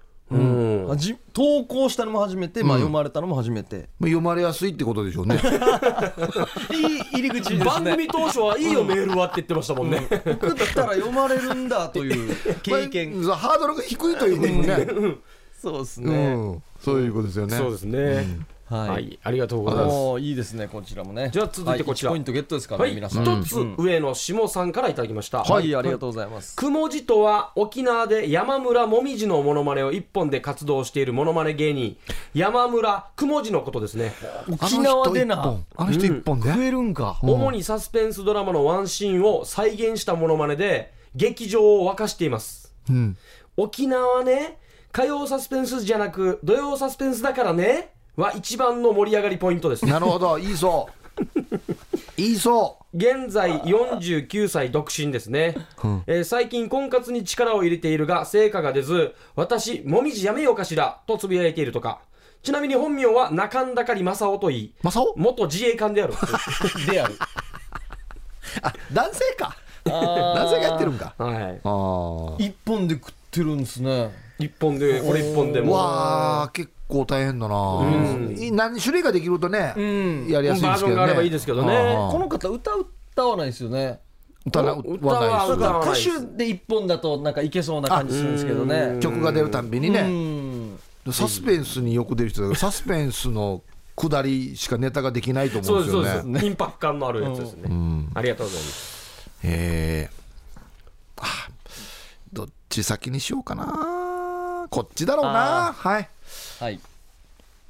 [SPEAKER 1] あじ投稿したのも初めて、まあ、読まれたのも初めて、
[SPEAKER 3] まあ読まれやすいってことでしょう ね
[SPEAKER 1] いい入り口ですね
[SPEAKER 2] 番組当初はいいよメールはって言ってましたもんね
[SPEAKER 1] 送ったら読まれるんだという経験
[SPEAKER 3] まあハードルが低いということね、
[SPEAKER 1] そうです
[SPEAKER 3] う
[SPEAKER 1] ね、
[SPEAKER 3] ん、そういうことですよね
[SPEAKER 2] そうですね
[SPEAKER 1] はい、
[SPEAKER 2] はいありがとうございます
[SPEAKER 1] もういいですねこちらもね
[SPEAKER 2] じゃあ続いてこちら
[SPEAKER 1] はい、1ポイントゲットですからね、
[SPEAKER 2] はい
[SPEAKER 1] 皆さん
[SPEAKER 2] 一つ上の下さんからいただきました
[SPEAKER 1] はい、ありがとうございます、
[SPEAKER 2] くもじとは沖縄で山村もみじのモノマネを一本で活動しているモノマネ芸人山村くもじのことですね、
[SPEAKER 1] 沖縄でな
[SPEAKER 3] あの人一本あの人一本で、
[SPEAKER 1] 食えるんか、
[SPEAKER 2] 主にサスペンスドラマのワンシーンを再現したモノマネで劇場を沸かしています
[SPEAKER 3] うん、
[SPEAKER 2] 沖縄ね火曜サスペンスじゃなく土曜サスペンスだからねは一番の盛り上がりポイントです
[SPEAKER 3] なるほどいいそういいそ
[SPEAKER 2] 現在49歳独身ですね、えー最近婚活に力を入れているが成果が出ず私もみじやめようかしらとつぶやいているとかちなみに本名は中んだかり正雄といいう
[SPEAKER 3] マサオ
[SPEAKER 2] 元自衛官 である
[SPEAKER 1] である
[SPEAKER 3] あ男性か
[SPEAKER 1] あ
[SPEAKER 3] 男性がやってるんか
[SPEAKER 2] は
[SPEAKER 3] あー
[SPEAKER 1] 一本で食ってるんですね
[SPEAKER 2] い一本でこれ一本でも
[SPEAKER 3] わあ結構大変だな、
[SPEAKER 2] ん
[SPEAKER 3] い何種類ができるとね、
[SPEAKER 1] ん
[SPEAKER 3] やりやすいですけどね
[SPEAKER 2] バージョンがあればいいですけどね
[SPEAKER 3] ああ
[SPEAKER 1] この方歌歌わないですよね
[SPEAKER 3] 歌な
[SPEAKER 2] 歌
[SPEAKER 3] 歌
[SPEAKER 2] は
[SPEAKER 3] わ
[SPEAKER 1] だ
[SPEAKER 3] ない
[SPEAKER 2] 歌
[SPEAKER 3] で
[SPEAKER 1] から
[SPEAKER 2] わ
[SPEAKER 1] 歌
[SPEAKER 2] ないです
[SPEAKER 1] 手で一本だとなんかいけそうな感じするんですけどね
[SPEAKER 3] す曲が出るたんびに
[SPEAKER 1] う
[SPEAKER 3] ね
[SPEAKER 1] ん
[SPEAKER 3] サスペンスによく出る人だからサスペンスの下りしかネタができないと思
[SPEAKER 2] そううんで
[SPEAKER 3] ですす
[SPEAKER 2] そう
[SPEAKER 3] よ
[SPEAKER 2] で
[SPEAKER 3] ね
[SPEAKER 2] す、インパクト感のあるやつですね、ありがとうございます
[SPEAKER 3] えーあどっち先にしようかなこっちだろうなはい
[SPEAKER 1] はい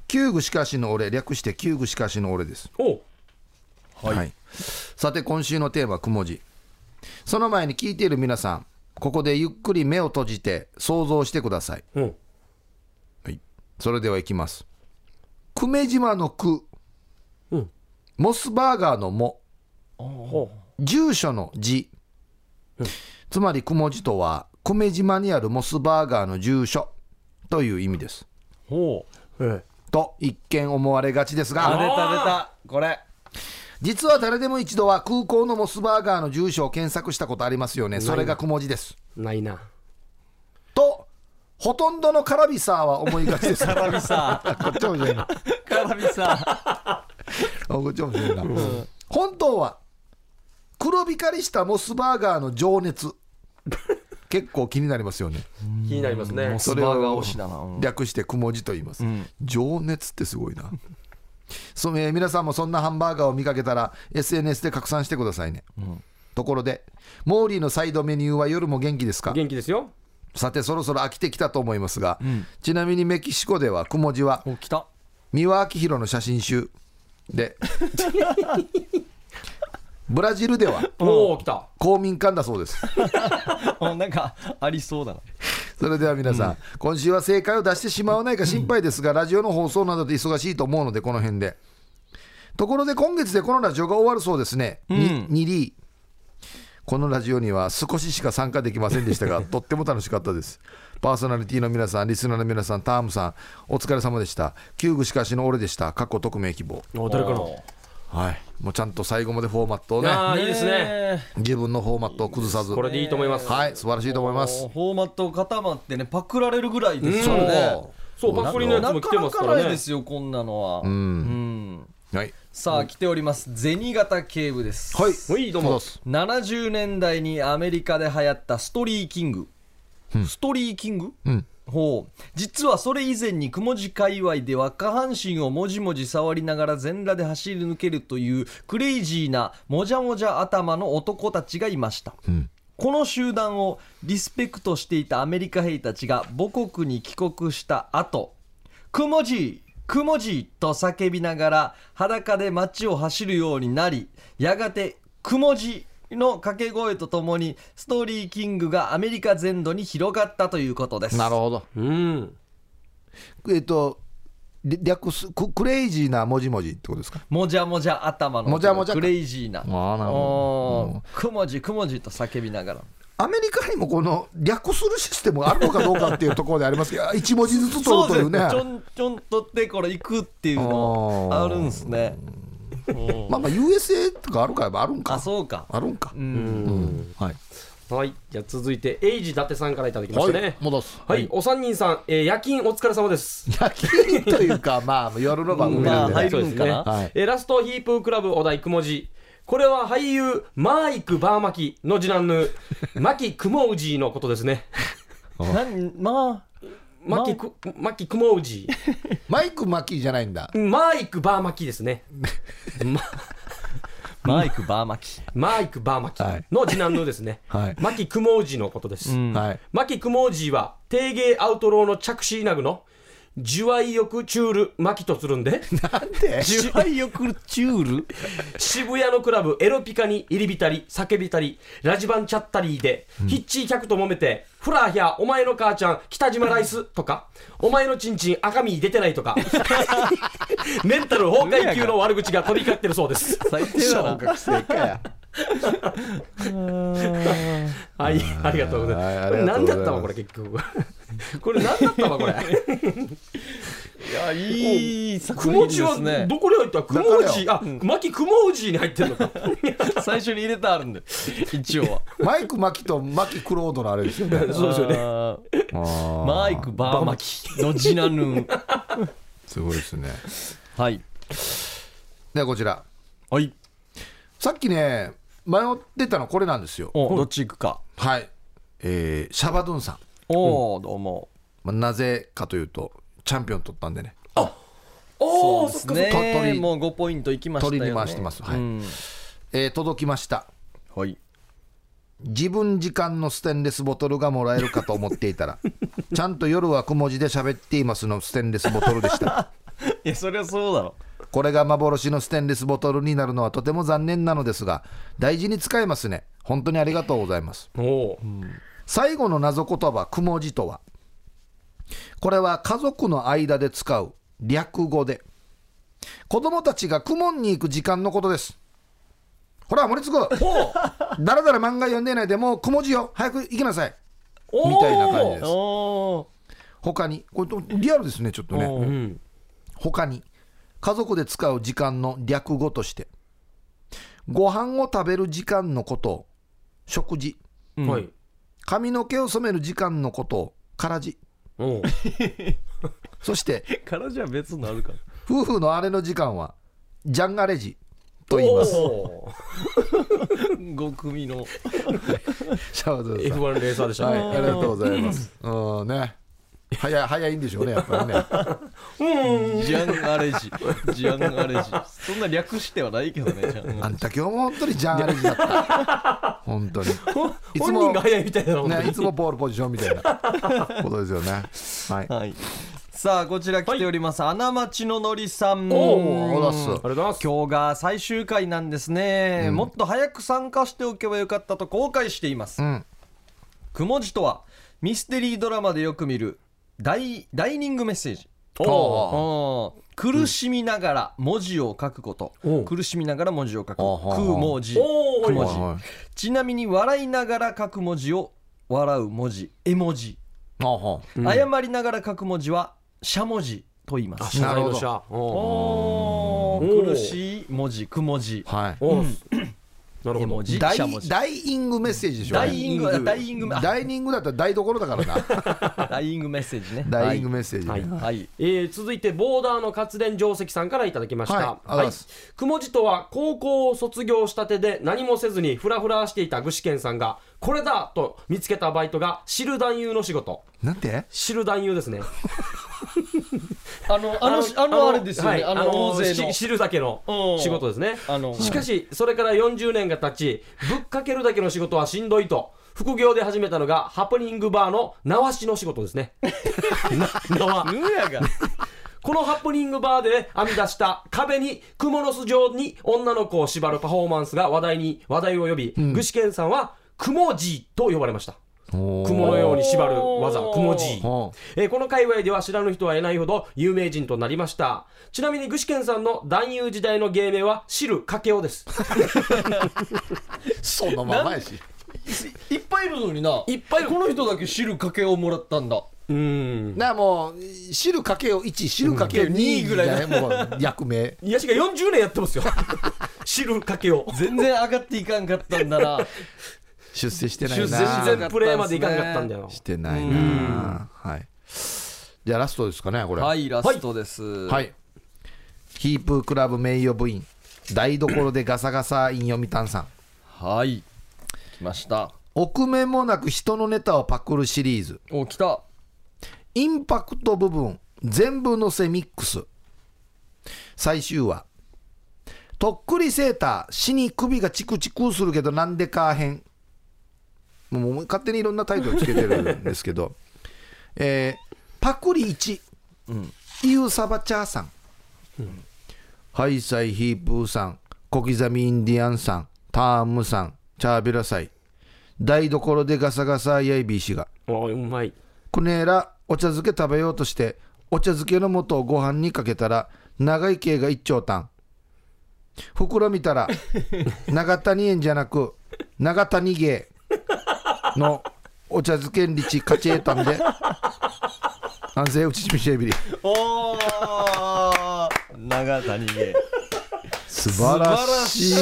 [SPEAKER 3] 旧具しかしの俺略して旧具しかしの俺です
[SPEAKER 2] お
[SPEAKER 3] はい、さて今週のテーマは「くも字」その前に聞いている皆さんここでゆっくり目を閉じて想像してください、
[SPEAKER 2] うん
[SPEAKER 3] はい、それではいきます久米島の久、
[SPEAKER 2] うん
[SPEAKER 3] モスバーガーのも住所の字、つまりくも字とは久米島にあるモスバーガーの住所という意味です
[SPEAKER 1] ほう
[SPEAKER 3] と一見思われがちですが
[SPEAKER 1] あ出た出たこれ
[SPEAKER 3] 実は誰でも一度は空港のモスバーガーの住所を検索したことありますよねそれがくも字です
[SPEAKER 2] ないな
[SPEAKER 3] とほとんどのカラビサーは思いがちです
[SPEAKER 1] カ
[SPEAKER 3] こ
[SPEAKER 1] ラビサ
[SPEAKER 3] っちもじゃな
[SPEAKER 1] カラビサ
[SPEAKER 3] こっちもじゃな本当は黒光りしたモスバーガーの情熱結構気になりますよね
[SPEAKER 2] 気になりますね
[SPEAKER 1] スバーガー推しだなうん
[SPEAKER 3] 略してくも字と言います、情熱ってすごいなそえー皆さんもそんなハンバーガーを見かけたら SNS で拡散してくださいね、ところでモーリーのサイドメニューは夜も元気ですか
[SPEAKER 2] 元気ですよ
[SPEAKER 3] さてそろそろ飽きてきたと思いますが、ちなみにメキシコではくも字は
[SPEAKER 1] お来た
[SPEAKER 3] 三輪明宏の写真集でブラジルでは
[SPEAKER 2] おお来た
[SPEAKER 3] 公民館だそう です
[SPEAKER 1] おなんかありそうだな
[SPEAKER 3] それでは皆さん、今週は正解を出してしまわないか心配ですが、ラジオの放送などで忙しいと思うのでこの辺でところで今月でこのラジオが終わるそうですね、ににりこのラジオには少ししか参加できませんで したがとっても楽しかったですパーソナリティの皆さんリスナーの皆さんタームさんお疲れ様でした旧具しかしの俺でした過去匿名希望
[SPEAKER 2] お誰かな
[SPEAKER 1] お
[SPEAKER 3] はいもうちゃんと最後までフォーマットをね
[SPEAKER 2] ああいいですね
[SPEAKER 3] 自分のフォーマットを崩さず
[SPEAKER 2] これでいいと思います、
[SPEAKER 3] はい素晴らしいと思いま
[SPEAKER 1] も
[SPEAKER 3] す
[SPEAKER 1] うフォーマット固まってねパクられるぐらいです
[SPEAKER 3] そ
[SPEAKER 1] から
[SPEAKER 3] う
[SPEAKER 1] ね
[SPEAKER 2] そうパクリのやつ
[SPEAKER 1] な
[SPEAKER 2] も来
[SPEAKER 1] か
[SPEAKER 2] てま
[SPEAKER 1] な
[SPEAKER 2] すか
[SPEAKER 1] からない
[SPEAKER 2] ね
[SPEAKER 1] ですよこんなのは、
[SPEAKER 3] うん
[SPEAKER 1] うん
[SPEAKER 3] はい
[SPEAKER 1] さあ来ております銭形警部です
[SPEAKER 3] はい
[SPEAKER 2] はいどうも
[SPEAKER 3] そう
[SPEAKER 1] 70年代にアメリカで流行ったストリーキング、ストリーキング、
[SPEAKER 3] ん
[SPEAKER 1] ほう実はそれ以前にくも字界隈では下半身をもじもじ触りながら全裸で走り抜けるというクレイジーなもじゃもじゃ頭の男たちがいました、この集団をリスペクトしていたアメリカ兵たちが母国に帰国した後くもじーくもじーと叫びながら裸で街を走るようになりやがてくもじーの掛け声とともにストーリーキングがアメリカ全土に広がったということです
[SPEAKER 3] ですなるほど
[SPEAKER 2] うん
[SPEAKER 3] えっとり略すククレイジーなもじもじってことですか
[SPEAKER 1] もじゃもじゃ頭の
[SPEAKER 3] もじゃもじゃか
[SPEAKER 1] クレイジーな
[SPEAKER 3] ああなるほど
[SPEAKER 1] おーくもじくもじと叫びながら
[SPEAKER 3] アメリカにもこの略するシステムがあるのかどうかっていうところでありますけど 一文字ずつ取るというね
[SPEAKER 1] そうですちょんちょんとってこれ行くっていうのあるんすね
[SPEAKER 3] まあまあ USA とかあるからやっぱあるん
[SPEAKER 1] あ
[SPEAKER 3] か
[SPEAKER 1] そうか
[SPEAKER 3] あるんかはい
[SPEAKER 2] はいじゃあ続いてエイジ伊達さんからいただきましたね、はい
[SPEAKER 3] 戻す
[SPEAKER 2] お三人さん、えー夜勤お疲れ様です。
[SPEAKER 3] 夜勤というかまあ夜の番組
[SPEAKER 1] まあ
[SPEAKER 3] なんで
[SPEAKER 1] 入
[SPEAKER 3] ね
[SPEAKER 1] るんかな、
[SPEAKER 3] はい
[SPEAKER 2] えーラストヒープークラブお題くもじ。これは俳優マーイク・バーマキの次男のマキ・クモウジーのことですね。
[SPEAKER 1] なんまあ
[SPEAKER 2] マキク・マキクモウジ
[SPEAKER 3] マイクマキじゃないんだ
[SPEAKER 2] ー。マーイク・バーマキですね。ま
[SPEAKER 1] マイクバーマキ
[SPEAKER 2] マーイク・バーマキの次男のですね。
[SPEAKER 3] はい
[SPEAKER 2] マキ・クモウジーのことです。
[SPEAKER 3] はい
[SPEAKER 2] マキ・クモージーは、低芸アウトローの着手イナグの、受愛欲チュール・マキとつる んで、
[SPEAKER 3] なんで
[SPEAKER 1] ジュワイオクチュール
[SPEAKER 2] 渋谷のクラブエロピカに入り浸り、叫びたり、ラジバンチャッタリーで、ヒッチー客と揉めて、フラーヒャー、お前の母ちゃん、北島ライスとか、お前のチンチン、赤身出てな いとか、メンタル崩壊級の悪口が飛び交ってるそうです。
[SPEAKER 1] 最低だ
[SPEAKER 3] 小
[SPEAKER 1] な
[SPEAKER 3] 学生かや
[SPEAKER 2] はい、ありがとうござい
[SPEAKER 3] はいありがとう
[SPEAKER 2] ます。これ何
[SPEAKER 3] ございま
[SPEAKER 2] だ
[SPEAKER 3] す
[SPEAKER 2] ったわ、これ結局。これ何だったわ、これ。
[SPEAKER 1] いやいい作
[SPEAKER 2] くも
[SPEAKER 1] 品
[SPEAKER 2] じ
[SPEAKER 1] で
[SPEAKER 2] は
[SPEAKER 1] すね
[SPEAKER 2] どこに入ったくも
[SPEAKER 3] 中
[SPEAKER 2] じ
[SPEAKER 3] だ
[SPEAKER 2] あ、巻きくもじに入ってる のか
[SPEAKER 1] 最初に入れてあるんで一応は
[SPEAKER 3] マイクマキとマキクロードのあれですよ ね
[SPEAKER 2] そうですよね
[SPEAKER 1] よねマイクバーマキの次男ヌー
[SPEAKER 3] すごいですね
[SPEAKER 1] はい
[SPEAKER 3] ではこちら
[SPEAKER 1] はい
[SPEAKER 3] さっきね迷ってたのこれなんですよ
[SPEAKER 1] おどっち行くか
[SPEAKER 3] はいえーシャバドゥンさん
[SPEAKER 1] おおどうも
[SPEAKER 3] まあなぜかというとチャンピオン取ったんでね
[SPEAKER 2] お
[SPEAKER 1] そう
[SPEAKER 2] お
[SPEAKER 1] で
[SPEAKER 2] そっ
[SPEAKER 1] す
[SPEAKER 2] か
[SPEAKER 3] そっか
[SPEAKER 1] ね
[SPEAKER 3] 鳥
[SPEAKER 1] もう5ポイントいきましたよね
[SPEAKER 3] 鳥に回してますはい
[SPEAKER 1] うん
[SPEAKER 3] えー届きました
[SPEAKER 1] はい
[SPEAKER 3] 自分時間のステンレスボトルがもらえるかと思っていたらちゃんと夜はくも字で喋っていますのステンレスボトルでした
[SPEAKER 1] いやそりゃそうだろ
[SPEAKER 3] これが幻のステンレスボトルになるのはとても残念なのですが大事に使えますね本当にありがとうございます
[SPEAKER 2] おお
[SPEAKER 3] 最後の謎言葉くも字とはこれは家族の間で使う略語で子供たちが公文に行く時間のことですほら森次だらだら漫画読んでないでもうくも字よ早く行きなさい
[SPEAKER 2] お
[SPEAKER 3] みたいな感じです
[SPEAKER 1] お
[SPEAKER 3] 他にこれとリアルですねちょっとね
[SPEAKER 1] お
[SPEAKER 2] うん
[SPEAKER 3] 他に家族で使う時間の略語としてご飯を食べる時間のことを食事
[SPEAKER 2] はい
[SPEAKER 3] 髪の毛を染める時間のことをからじ
[SPEAKER 2] おう
[SPEAKER 3] そして
[SPEAKER 1] からじゃ別にな るか
[SPEAKER 3] 夫婦のあれの時間はジャンガレジと 言います
[SPEAKER 2] お
[SPEAKER 1] 5組の
[SPEAKER 3] シャワー
[SPEAKER 2] ー
[SPEAKER 3] ズさん
[SPEAKER 2] F1 レーサーでした
[SPEAKER 3] はい
[SPEAKER 2] ね、
[SPEAKER 3] ありがとうございますうんね早い早いんでしょうねやっぱりね
[SPEAKER 1] ジャンアレ ジジャンアレジそんな略してはないけどねジャン
[SPEAKER 3] あんた今日も本当にジャンガレジだった本当にいつ
[SPEAKER 2] 本
[SPEAKER 3] も
[SPEAKER 2] 人が早いみたいなの、
[SPEAKER 3] ね、いつもボールポジションみたいな ことですよね。はい。
[SPEAKER 1] はいさあこちら来ております、穴町ののりさん
[SPEAKER 3] おだす。
[SPEAKER 2] ありがとうございます
[SPEAKER 1] 今日が最終回なんですね、もっと早く参加しておけばよかったと後悔しています、
[SPEAKER 3] ん
[SPEAKER 1] くも字とはミステリードラマでよく見るダイダイニングメッセージ
[SPEAKER 3] お
[SPEAKER 1] うん苦しみながら文字を書くこと、
[SPEAKER 2] うん
[SPEAKER 1] 苦しみながら文字を書く「く
[SPEAKER 3] おうほうほう
[SPEAKER 1] 文字」
[SPEAKER 2] おう
[SPEAKER 1] く
[SPEAKER 2] お
[SPEAKER 1] 文
[SPEAKER 2] う
[SPEAKER 1] 字
[SPEAKER 3] はいはい
[SPEAKER 1] ちなみに笑いながら書く文字を笑う文字絵文字
[SPEAKER 3] あは。
[SPEAKER 1] 謝りながら書く文字はしゃもじと言います。
[SPEAKER 3] なるほど
[SPEAKER 2] 謝罪の
[SPEAKER 1] お
[SPEAKER 2] おー
[SPEAKER 1] ー苦しい文字、く文字、
[SPEAKER 3] はい
[SPEAKER 2] 謝おうなる
[SPEAKER 1] 絵
[SPEAKER 2] ほ
[SPEAKER 1] 文
[SPEAKER 2] ど
[SPEAKER 1] 字、
[SPEAKER 3] ダ
[SPEAKER 1] しゃ文
[SPEAKER 3] イ
[SPEAKER 1] 字。
[SPEAKER 3] ダイイングメッセージでしょ
[SPEAKER 1] ダイイング、あダイイング、あ
[SPEAKER 3] ダイニングだったら台所だからな
[SPEAKER 1] ダイイングメッセージね。
[SPEAKER 3] ダイイングメッセージ、
[SPEAKER 2] はい
[SPEAKER 1] はい。はい。
[SPEAKER 2] えー続いてボーダーの活電定石さんからいただきました、
[SPEAKER 3] はいありがとうございます
[SPEAKER 2] くもじとは高校を卒業したてで何もせずにフラフラしていた具志堅さんがこれだと見つけたバイトが知る男優の仕事
[SPEAKER 3] なんて
[SPEAKER 2] 知る男優ですね
[SPEAKER 1] あの、あの、あの、あれですよ
[SPEAKER 2] は
[SPEAKER 1] ね。
[SPEAKER 2] い
[SPEAKER 1] あの、大勢の
[SPEAKER 2] し。知るだけの
[SPEAKER 1] うん
[SPEAKER 2] 仕事ですね
[SPEAKER 1] あの
[SPEAKER 2] しかしそれから40年が経ちぶっかけるだけの仕事はしんどいと副業で始めたのがハプニングバーの縄しの仕事ですねな縄
[SPEAKER 1] ぬやが。
[SPEAKER 2] このハプニングバーで編み出した壁にクモの巣状に女の子を縛るパフォーマンスが話題に話題を呼び、具志堅さんはクモジーと呼ばれました。
[SPEAKER 3] ク
[SPEAKER 2] クモのように縛る技、
[SPEAKER 1] おー
[SPEAKER 2] クモジー。
[SPEAKER 3] は
[SPEAKER 2] えーこの界隈では知らぬ人はいないほど有名人となりました。ちなみに具志堅さんの男優時代の芸名は知るかけお です。
[SPEAKER 3] あそのままやし
[SPEAKER 1] いっぱいいるのにな。
[SPEAKER 2] いっぱいいる
[SPEAKER 1] この人だけ汁かけをもらったんだ。
[SPEAKER 2] うーん。
[SPEAKER 3] なあもう汁かけよ1汁かけよ2ぐらいのもう役名
[SPEAKER 2] いやしが40年やってますよ。 知るかけお。
[SPEAKER 1] 全然上がっていかんかったんだな。
[SPEAKER 3] 出世してない
[SPEAKER 1] 出世
[SPEAKER 3] な
[SPEAKER 1] し
[SPEAKER 2] 全然プレーまでいかなかったんだよ。
[SPEAKER 3] してないなはいじゃあラストですかねこれ
[SPEAKER 1] はい、ラストです。は。
[SPEAKER 3] はいいヒープークラブ名誉部員台所でガサガサイン読谷さん
[SPEAKER 1] 来ました。
[SPEAKER 3] 臆面もなく人のネタをパクるシリーズ
[SPEAKER 1] お、来た。
[SPEAKER 3] インパクト部分全部のせミックス最終話とっくりセーター死に首がチクチクするけどなんでかへんもうもう勝手にいろんなタイトルつけてるんですけど えーパクリ1、イウサバチャーさん、ハイサイヒープーさん小刻みインディアンさんタームさんチャーベラサイ台所でガサガサやいびいしが
[SPEAKER 2] おーうまい。
[SPEAKER 3] くねえらお茶漬け食べようとしてお茶漬けの素をご飯にかけたら長い系が一丁たん袋見たら長谷園じゃなく長谷芸のお茶漬けんりち勝ち得たんで安静うちちみしえびり
[SPEAKER 1] おー、長谷家。
[SPEAKER 3] 素晴らしい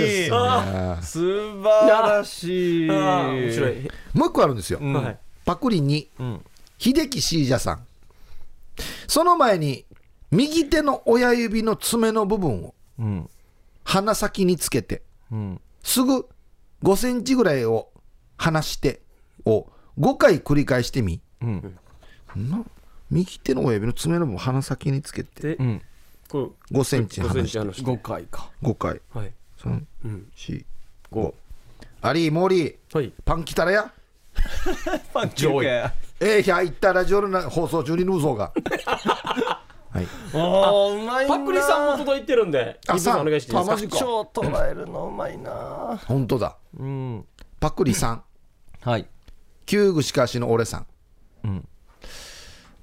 [SPEAKER 3] ですね
[SPEAKER 1] 素晴らしい。
[SPEAKER 2] あー面白い。
[SPEAKER 3] もう一個あるんですよ、
[SPEAKER 1] うん
[SPEAKER 2] はい。
[SPEAKER 3] パクリに、
[SPEAKER 1] ん
[SPEAKER 3] 秀樹シージャさんその前に右手の親指の爪の部分を
[SPEAKER 1] うん。
[SPEAKER 3] 鼻先につけて
[SPEAKER 1] うん。
[SPEAKER 3] すぐ5センチぐらいを離してを5回繰り返してみ
[SPEAKER 1] うん。
[SPEAKER 3] な右手の親指の爪の部分を鼻先につけて
[SPEAKER 2] で、
[SPEAKER 1] ん
[SPEAKER 2] こう
[SPEAKER 3] 5センチ
[SPEAKER 2] 5セン
[SPEAKER 3] 離し
[SPEAKER 2] チ
[SPEAKER 3] て
[SPEAKER 2] 離して。
[SPEAKER 1] 5回か。
[SPEAKER 3] 5回
[SPEAKER 2] はい。
[SPEAKER 3] 345、
[SPEAKER 2] うん
[SPEAKER 3] 四五アリーモーリー
[SPEAKER 2] はい。
[SPEAKER 3] パン来たらや
[SPEAKER 1] パン
[SPEAKER 2] 上位
[SPEAKER 3] ええひゃ言ったラジオのな放送中にルーゾー がはい
[SPEAKER 1] あーうまいな
[SPEAKER 2] パクリさんも届いてるんで、
[SPEAKER 3] あ
[SPEAKER 2] イブさん
[SPEAKER 3] さん
[SPEAKER 2] お願いしていい
[SPEAKER 3] あ
[SPEAKER 2] ですか
[SPEAKER 3] マジか
[SPEAKER 1] 超捉えるのうまいな
[SPEAKER 3] 本当だ
[SPEAKER 1] うん
[SPEAKER 3] パクリさん
[SPEAKER 1] はい
[SPEAKER 3] 旧具しかしの俺さん、
[SPEAKER 1] ん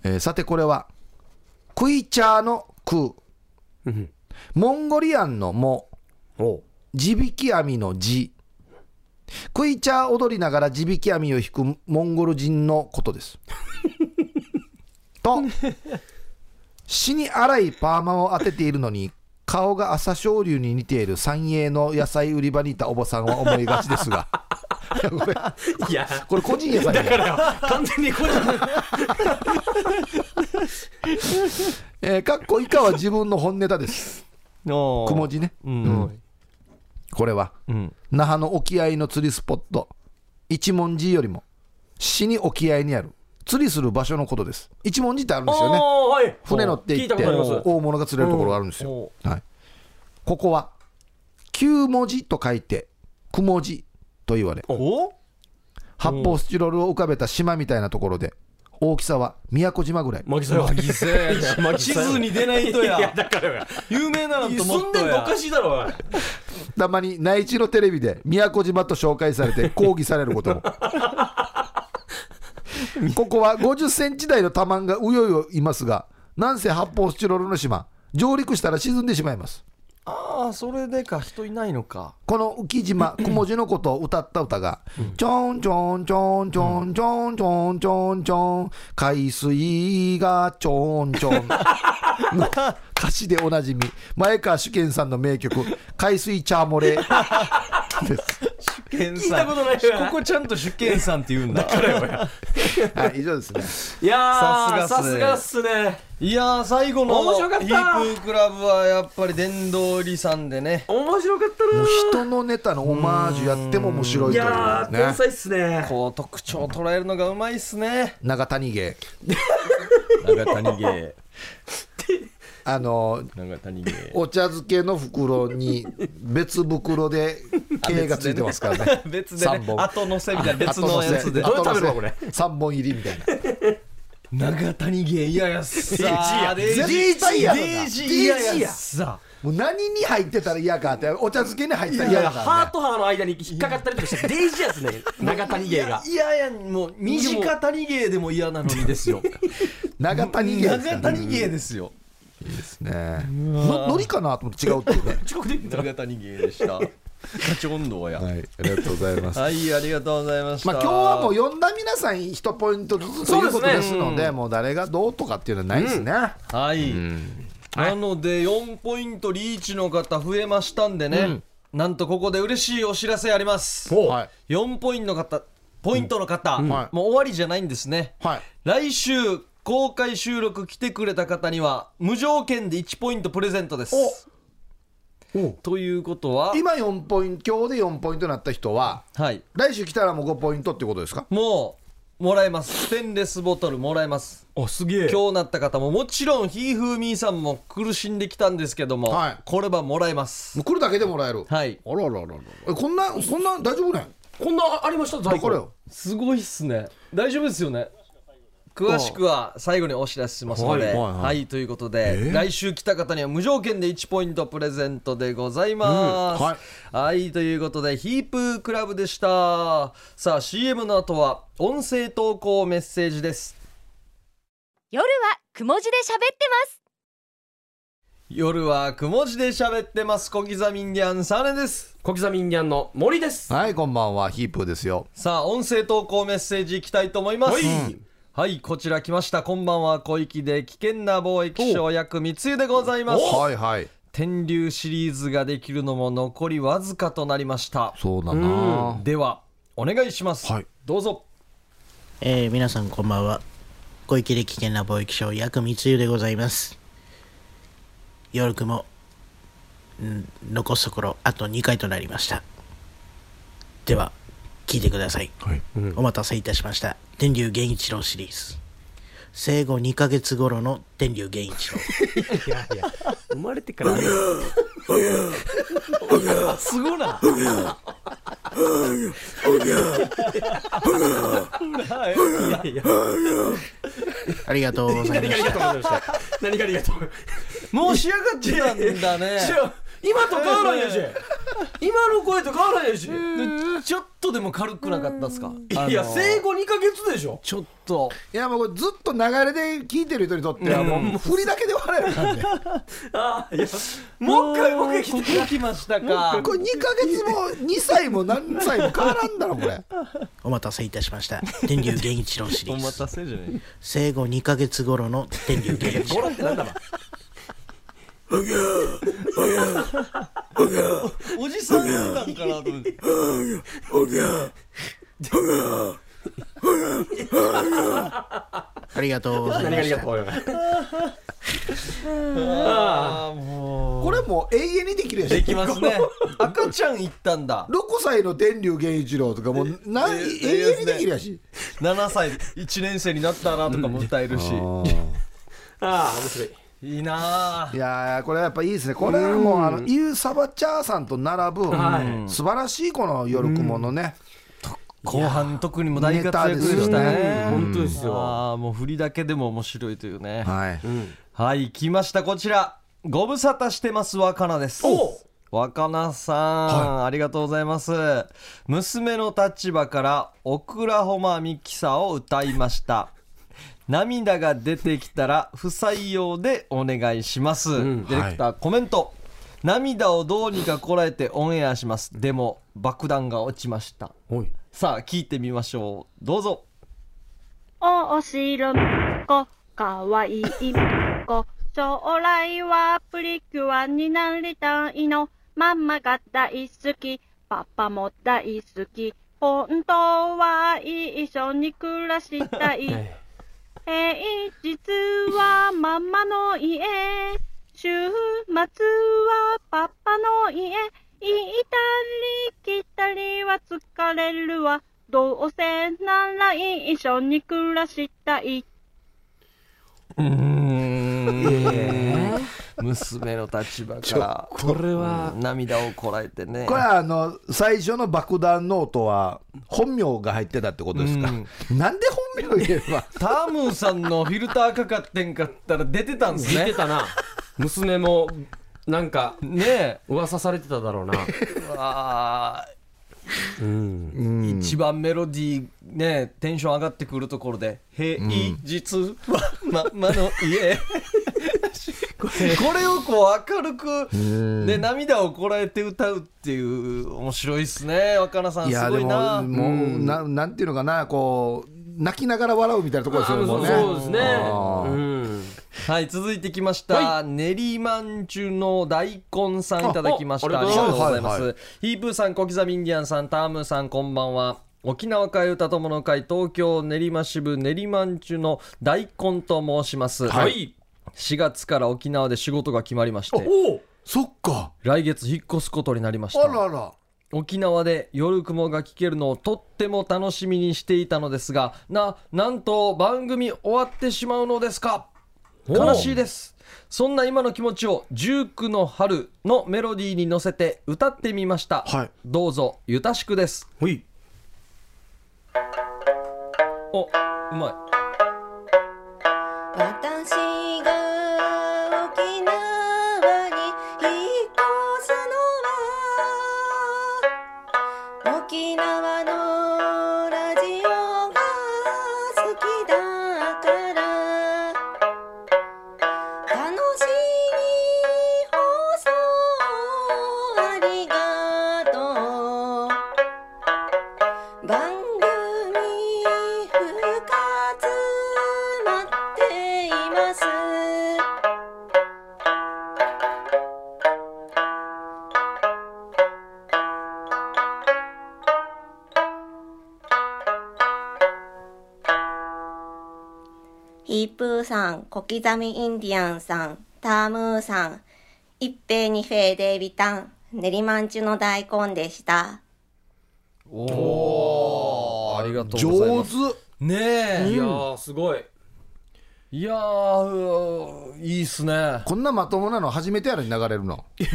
[SPEAKER 3] えーさてこれはクイチャーのク
[SPEAKER 2] うん
[SPEAKER 3] モンゴリアンのモ
[SPEAKER 2] おう
[SPEAKER 3] 地引き網の地クイチャー踊りながら地引き網を引くモンゴル人のことですと死に荒いパーマを当てているのに顔が朝青龍に似ている三栄の野菜売り場にいたおばさんは思いがちですがいやこれ
[SPEAKER 2] いや、
[SPEAKER 3] これ個人野菜だよ
[SPEAKER 2] 完全にこれ、
[SPEAKER 3] えー、かっこ以下は自分の本ネタ です。
[SPEAKER 1] の
[SPEAKER 3] くも字ね。
[SPEAKER 1] うん
[SPEAKER 3] これは、
[SPEAKER 1] うん
[SPEAKER 3] 那覇の沖合の釣りスポット、一文字よりも、死に沖合にある、釣りする場所のことです。一文字ってあるんですよね。
[SPEAKER 2] おーはい。
[SPEAKER 3] 船乗って
[SPEAKER 2] 聞
[SPEAKER 3] 行
[SPEAKER 2] い
[SPEAKER 3] った
[SPEAKER 2] こ
[SPEAKER 3] て、
[SPEAKER 2] とあります。
[SPEAKER 3] 大物が釣れるところがあるんですよ。はい、ここは、九文字と書いて、くも字と言われ、
[SPEAKER 1] お
[SPEAKER 3] 発泡スチロールを浮かべた島みたいなところで、大きさは宮古島ぐらい。
[SPEAKER 2] マギサよ。
[SPEAKER 1] 犠牲まあ地図に出ないと
[SPEAKER 2] いや、
[SPEAKER 1] や
[SPEAKER 2] だからよ。
[SPEAKER 1] 有名なのとも
[SPEAKER 2] そ
[SPEAKER 1] っ
[SPEAKER 2] ん
[SPEAKER 1] と
[SPEAKER 2] なのお
[SPEAKER 1] や
[SPEAKER 2] かしいだろ、おい。
[SPEAKER 3] たまに内地のテレビで宮古島と紹介されて抗議されることもここは5 0センチ台の多マンがうようよいますがなんせ八方スチロールの島上陸したら沈んでしまいます
[SPEAKER 1] ああそれでか人いないのか
[SPEAKER 3] この浮島、小文字のことを歌った歌が、ちょんちょんちょんちょんちょんちょんちょんちょん、海水がちょんちょん。の歌詞でおなじみ、前川主健さんの名曲、海水チャーモレ。です
[SPEAKER 1] 主権
[SPEAKER 2] 聞いたことないわ
[SPEAKER 1] ここちゃんと主権さんって言うんだ
[SPEAKER 3] はい、以上ですね。
[SPEAKER 2] いや
[SPEAKER 1] さ
[SPEAKER 2] ーさ
[SPEAKER 1] す
[SPEAKER 2] す
[SPEAKER 1] が
[SPEAKER 2] が
[SPEAKER 1] っ
[SPEAKER 2] っすね
[SPEAKER 1] いやー最後の
[SPEAKER 2] 面白かった
[SPEAKER 1] ヒープークラブはやっぱり殿堂入りさんでね
[SPEAKER 2] 面白かった
[SPEAKER 3] も
[SPEAKER 2] な
[SPEAKER 3] う
[SPEAKER 2] ー
[SPEAKER 3] 人のネタのオマージュやっても面白い
[SPEAKER 2] い
[SPEAKER 3] という
[SPEAKER 2] やー天
[SPEAKER 3] ね。
[SPEAKER 2] 才っすね
[SPEAKER 1] こう特徴を捉えるのがうまいっすね
[SPEAKER 3] 長谷芸。
[SPEAKER 1] 長谷芸
[SPEAKER 3] あの、
[SPEAKER 1] 長谷芸
[SPEAKER 3] お茶漬けの袋に別袋で毛がついてますからね。
[SPEAKER 1] 別でね
[SPEAKER 3] 三本
[SPEAKER 1] 後乗せみたいな別のやつで
[SPEAKER 2] どうやって食べるわこれ
[SPEAKER 3] 3本入りみたいな
[SPEAKER 1] 長谷芸いやいやさあ
[SPEAKER 2] デ
[SPEAKER 1] デ
[SPEAKER 3] イジー絶対やろな
[SPEAKER 1] デイジー
[SPEAKER 3] デイジー
[SPEAKER 1] い
[SPEAKER 3] や
[SPEAKER 1] やいやさあ
[SPEAKER 3] もう何に入ってたら嫌かってお茶漬けに入ったら
[SPEAKER 2] い
[SPEAKER 3] 嫌
[SPEAKER 2] や
[SPEAKER 3] だ
[SPEAKER 2] ハ
[SPEAKER 3] か
[SPEAKER 2] ートハーの間に引っかかったりとかしてデイジーやつ ね長谷芸が
[SPEAKER 1] いやいやもう短谷芸でも嫌なのにですよ
[SPEAKER 3] らね長谷芸
[SPEAKER 1] 長
[SPEAKER 3] ですからね
[SPEAKER 1] 谷芸ですよ
[SPEAKER 3] ですねののりかなと思って違うっていうね
[SPEAKER 2] 遅刻できた
[SPEAKER 1] 長谷芸でした立ち温度はや
[SPEAKER 3] はいありがとうございます
[SPEAKER 1] はいありがとうございました
[SPEAKER 3] まあ今日はもう呼んだ皆さん1ポイントずつということですのでもう誰がどうとかっていうのはないですね
[SPEAKER 1] はい、なので4ポイントリーチの方増えましたんでね、なんとここで嬉しいお知らせあります
[SPEAKER 3] はい
[SPEAKER 1] 4ポイントの方ポイントの方、
[SPEAKER 3] ん
[SPEAKER 1] もう終わりじゃないんですね、
[SPEAKER 3] はい
[SPEAKER 1] 来週公開収録来てくれた方には無条件で1ポイントプレゼントですということは
[SPEAKER 3] 今4ポイント今日で4ポイントになった人は
[SPEAKER 1] はい
[SPEAKER 3] 来週来たらもう5ポイントってことですか
[SPEAKER 1] もうもらえますステンレスボトルもらえます
[SPEAKER 2] あすげえ
[SPEAKER 1] 今日なった方ももちろんひーふーみーさんも苦しんできたんですけども、
[SPEAKER 3] はい
[SPEAKER 1] これはもらえます
[SPEAKER 3] もう来るだけでもらえる
[SPEAKER 1] はい
[SPEAKER 3] あららららえこんなそんな大丈夫ね
[SPEAKER 2] こんなありました
[SPEAKER 3] だ
[SPEAKER 2] 在
[SPEAKER 3] か
[SPEAKER 2] 庫
[SPEAKER 3] らよ
[SPEAKER 1] すごいっすね大丈夫ですよね詳しくは最後にお知らせしますので、は
[SPEAKER 3] はいいはいはい
[SPEAKER 1] ということで、来週来た方には無条件で1ポイントプレゼントでございます、
[SPEAKER 3] うんは
[SPEAKER 1] は
[SPEAKER 3] い
[SPEAKER 1] い、ということで、ヒープークラブでした。さあ、CM の後は、音声投稿メッセージです。
[SPEAKER 4] 夜はくも字で喋ってます
[SPEAKER 1] 夜は、くも字で喋ってます。小刻みんぎゃん、サネです。
[SPEAKER 2] 小刻みインディアンの森です
[SPEAKER 3] はいこんばんはヒープーですよ
[SPEAKER 1] さあ音声投稿メッセージいきたいと思います
[SPEAKER 2] はい
[SPEAKER 1] うんはいこちら来ましたこんばんは小池で危険な貿易商役三つ湯でございます
[SPEAKER 3] はいはい
[SPEAKER 1] 天竜シリーズができるのも残りわずかとなりました
[SPEAKER 3] そうだな
[SPEAKER 1] ではお願いします、
[SPEAKER 3] はい
[SPEAKER 1] どうぞ
[SPEAKER 5] えー皆さんこんばんは小池で危険な貿易商薬密輸でございます夜雲うん残すところあと2回となりましたでは聞いてください、
[SPEAKER 3] はい
[SPEAKER 5] お待たせいたしました天竜源一郎シリーズ生後2ヶ月頃の天竜源一 郎
[SPEAKER 2] いやいや生まれてから
[SPEAKER 1] すご な
[SPEAKER 2] いやいや
[SPEAKER 5] ありがとうござい
[SPEAKER 2] 何
[SPEAKER 5] ま
[SPEAKER 2] がありがと
[SPEAKER 5] した
[SPEAKER 2] うございました何がありがとう
[SPEAKER 1] もう仕上がってたんだ ね
[SPEAKER 2] 違う今と変わらんやし今の声と変わらんやし
[SPEAKER 1] ちょっとでも軽くなかったですか
[SPEAKER 2] いや生後2ヶ月でしょ
[SPEAKER 1] ちょっと
[SPEAKER 3] いやもうこれずっと流れで聞いてる人にとってはもう振りだけで笑え るからね
[SPEAKER 2] あいやもう一回
[SPEAKER 1] も
[SPEAKER 2] も
[SPEAKER 1] う
[SPEAKER 2] う一回
[SPEAKER 1] 一回
[SPEAKER 2] 来て
[SPEAKER 1] ここ来ましたか
[SPEAKER 3] これ2ヶ月も2歳も何歳も変わらんだろこれ
[SPEAKER 5] お待たせいたしました天竜源一郎シリ
[SPEAKER 1] お
[SPEAKER 5] ー
[SPEAKER 1] 待
[SPEAKER 5] ズ
[SPEAKER 1] たせじゃない
[SPEAKER 5] 生後2ヶ月頃の天竜源 一郎
[SPEAKER 1] おじさんだったんかなと思って
[SPEAKER 5] ありがとうございま
[SPEAKER 2] 何
[SPEAKER 5] し
[SPEAKER 2] があ
[SPEAKER 5] た
[SPEAKER 2] りがとう
[SPEAKER 1] あもう
[SPEAKER 3] これもう永遠にできるや
[SPEAKER 1] で
[SPEAKER 3] し
[SPEAKER 1] きますね赤ちゃん行ったんだ
[SPEAKER 3] 6歳の天竜源一郎とかもう何
[SPEAKER 1] え
[SPEAKER 3] 永
[SPEAKER 1] え
[SPEAKER 3] 遠にできるやし
[SPEAKER 1] 7歳1年生になったなとかも歌えるし、
[SPEAKER 2] ああ面白い
[SPEAKER 1] いいなあ
[SPEAKER 3] いやーこれやっぱいいですねこれはもうあのイウ・サバチャーさんと並ぶ
[SPEAKER 2] は
[SPEAKER 3] 素晴らしいこの夜雲のね
[SPEAKER 1] 後半特にも大活躍でし
[SPEAKER 3] ネ
[SPEAKER 1] たね
[SPEAKER 3] タですよね
[SPEAKER 2] 本当ですよ
[SPEAKER 1] ああもう振りだけでも面白いというねはい、
[SPEAKER 3] はい
[SPEAKER 1] 来ましたこちらご無沙汰してます若菜です
[SPEAKER 2] お
[SPEAKER 1] 若菜さん、ありがとうございます娘の立場からオクラホマミキサを歌いました 涙が出てきたら不採用でお願いします、ディレクター、コメント涙をどうにかこらえてオンエアしますでも爆弾が落ちました
[SPEAKER 2] おい
[SPEAKER 1] さあ聞いてみましょうどうぞ
[SPEAKER 6] お城みっこ、かわいいみっこ。将来はプリキュアになりたいの。ママが大好き、パパも大好き。本当は一緒に暮らしたい。 平日はママの家、週末はパパの家、行ったり来たりは疲れるわ。どうせなら一緒に暮らしたい。
[SPEAKER 1] 娘の立場から
[SPEAKER 2] これは
[SPEAKER 1] うん涙をこらえてね
[SPEAKER 3] これはあの最初の爆弾の音は本名が入ってたってことですか、なんで本名言え ば
[SPEAKER 1] タームーさんのフィルターかかってんかったら出てたんです
[SPEAKER 2] 聞いて
[SPEAKER 1] ね
[SPEAKER 2] たな娘もなんか
[SPEAKER 1] ねえ
[SPEAKER 2] 噂されてただろうな
[SPEAKER 1] あ
[SPEAKER 2] うん
[SPEAKER 1] ー一番メロディーねテンション上がってくるところで「平日はままの家」これをこう明るくで涙をこらえて歌うっていう面白いっすね若菜さん
[SPEAKER 3] い
[SPEAKER 1] す
[SPEAKER 3] や
[SPEAKER 1] ご
[SPEAKER 3] で
[SPEAKER 1] い
[SPEAKER 3] も
[SPEAKER 1] な
[SPEAKER 3] もう、ななんていうのかなこう泣きながら笑うみたいなところですよねもうね
[SPEAKER 2] そうですね
[SPEAKER 3] あー
[SPEAKER 2] うん
[SPEAKER 1] はい続いてきました、練馬んちゅの大根さんいただきましたあ
[SPEAKER 2] ああり
[SPEAKER 1] り
[SPEAKER 2] が
[SPEAKER 1] がとう
[SPEAKER 2] とう
[SPEAKER 3] ご
[SPEAKER 1] ご
[SPEAKER 3] ざ
[SPEAKER 1] ざ
[SPEAKER 3] い
[SPEAKER 1] い
[SPEAKER 3] ま
[SPEAKER 1] ますす、ヒープーさん小刻みインディアンさんタームーさんこんばんは沖縄替え歌友の会東京練馬支部練馬んちゅの大根と申します、
[SPEAKER 2] は
[SPEAKER 1] はい
[SPEAKER 2] い
[SPEAKER 1] 4月から沖縄で仕事が決まりまして
[SPEAKER 2] お
[SPEAKER 3] そっか
[SPEAKER 1] 来月引っ越すことになりまし
[SPEAKER 3] あら
[SPEAKER 1] た
[SPEAKER 3] あら
[SPEAKER 1] 沖縄で夜雲が聞けるのをとっても楽しみにしていたのですがななんと番組終わってしまうのですか悲しいですそんな今の気持ちを「19の春」のメロディーに乗せて歌ってみました、
[SPEAKER 3] はい
[SPEAKER 1] どうぞゆたしくです
[SPEAKER 2] ほい
[SPEAKER 1] おうまい
[SPEAKER 7] 私が沖縄に引っ越すのは沖縄のラジオが好きだから楽しい放送ありがとう番組復活待っていますヒープーさん、小刻みインディアンさん、タームーさん、一平二平デイビタン、練馬んちゅの大根でし
[SPEAKER 1] あ
[SPEAKER 7] た。
[SPEAKER 1] りがとうござい
[SPEAKER 3] 上
[SPEAKER 1] ます
[SPEAKER 3] 手
[SPEAKER 1] ねえ
[SPEAKER 2] い
[SPEAKER 1] いや
[SPEAKER 2] やーすごい
[SPEAKER 1] いやーうーいいっすね
[SPEAKER 3] こんなまともなの初めてやるに流れるの
[SPEAKER 1] ね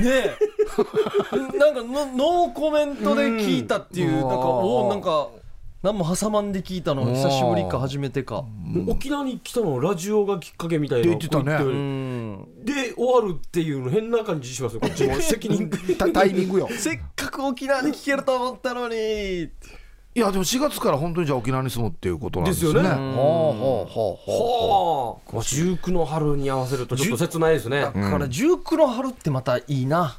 [SPEAKER 1] え なんかのノーコメントで聞いたっていう、
[SPEAKER 3] うん
[SPEAKER 1] なんかおおなんか何も挟まんで聞いたの
[SPEAKER 3] うん
[SPEAKER 1] 久しぶりか初めてか
[SPEAKER 2] 沖縄に来たのラジオがきっかけみたいな
[SPEAKER 3] って言ってたね
[SPEAKER 1] う
[SPEAKER 2] 言って
[SPEAKER 1] ん
[SPEAKER 2] で終わるっていうの変な感じしますよこっちも責任
[SPEAKER 3] たタイミングよ
[SPEAKER 1] せっかく沖縄で聞けると思ったのに
[SPEAKER 3] いやでも4月から本当にじゃあ沖縄に住むっていうことなんですよね
[SPEAKER 2] ですよ
[SPEAKER 1] ね
[SPEAKER 3] ほうほうほうほう
[SPEAKER 2] はあ19の春に合わせるとちょっと切ないですね
[SPEAKER 1] だから19の春ってまたいいな、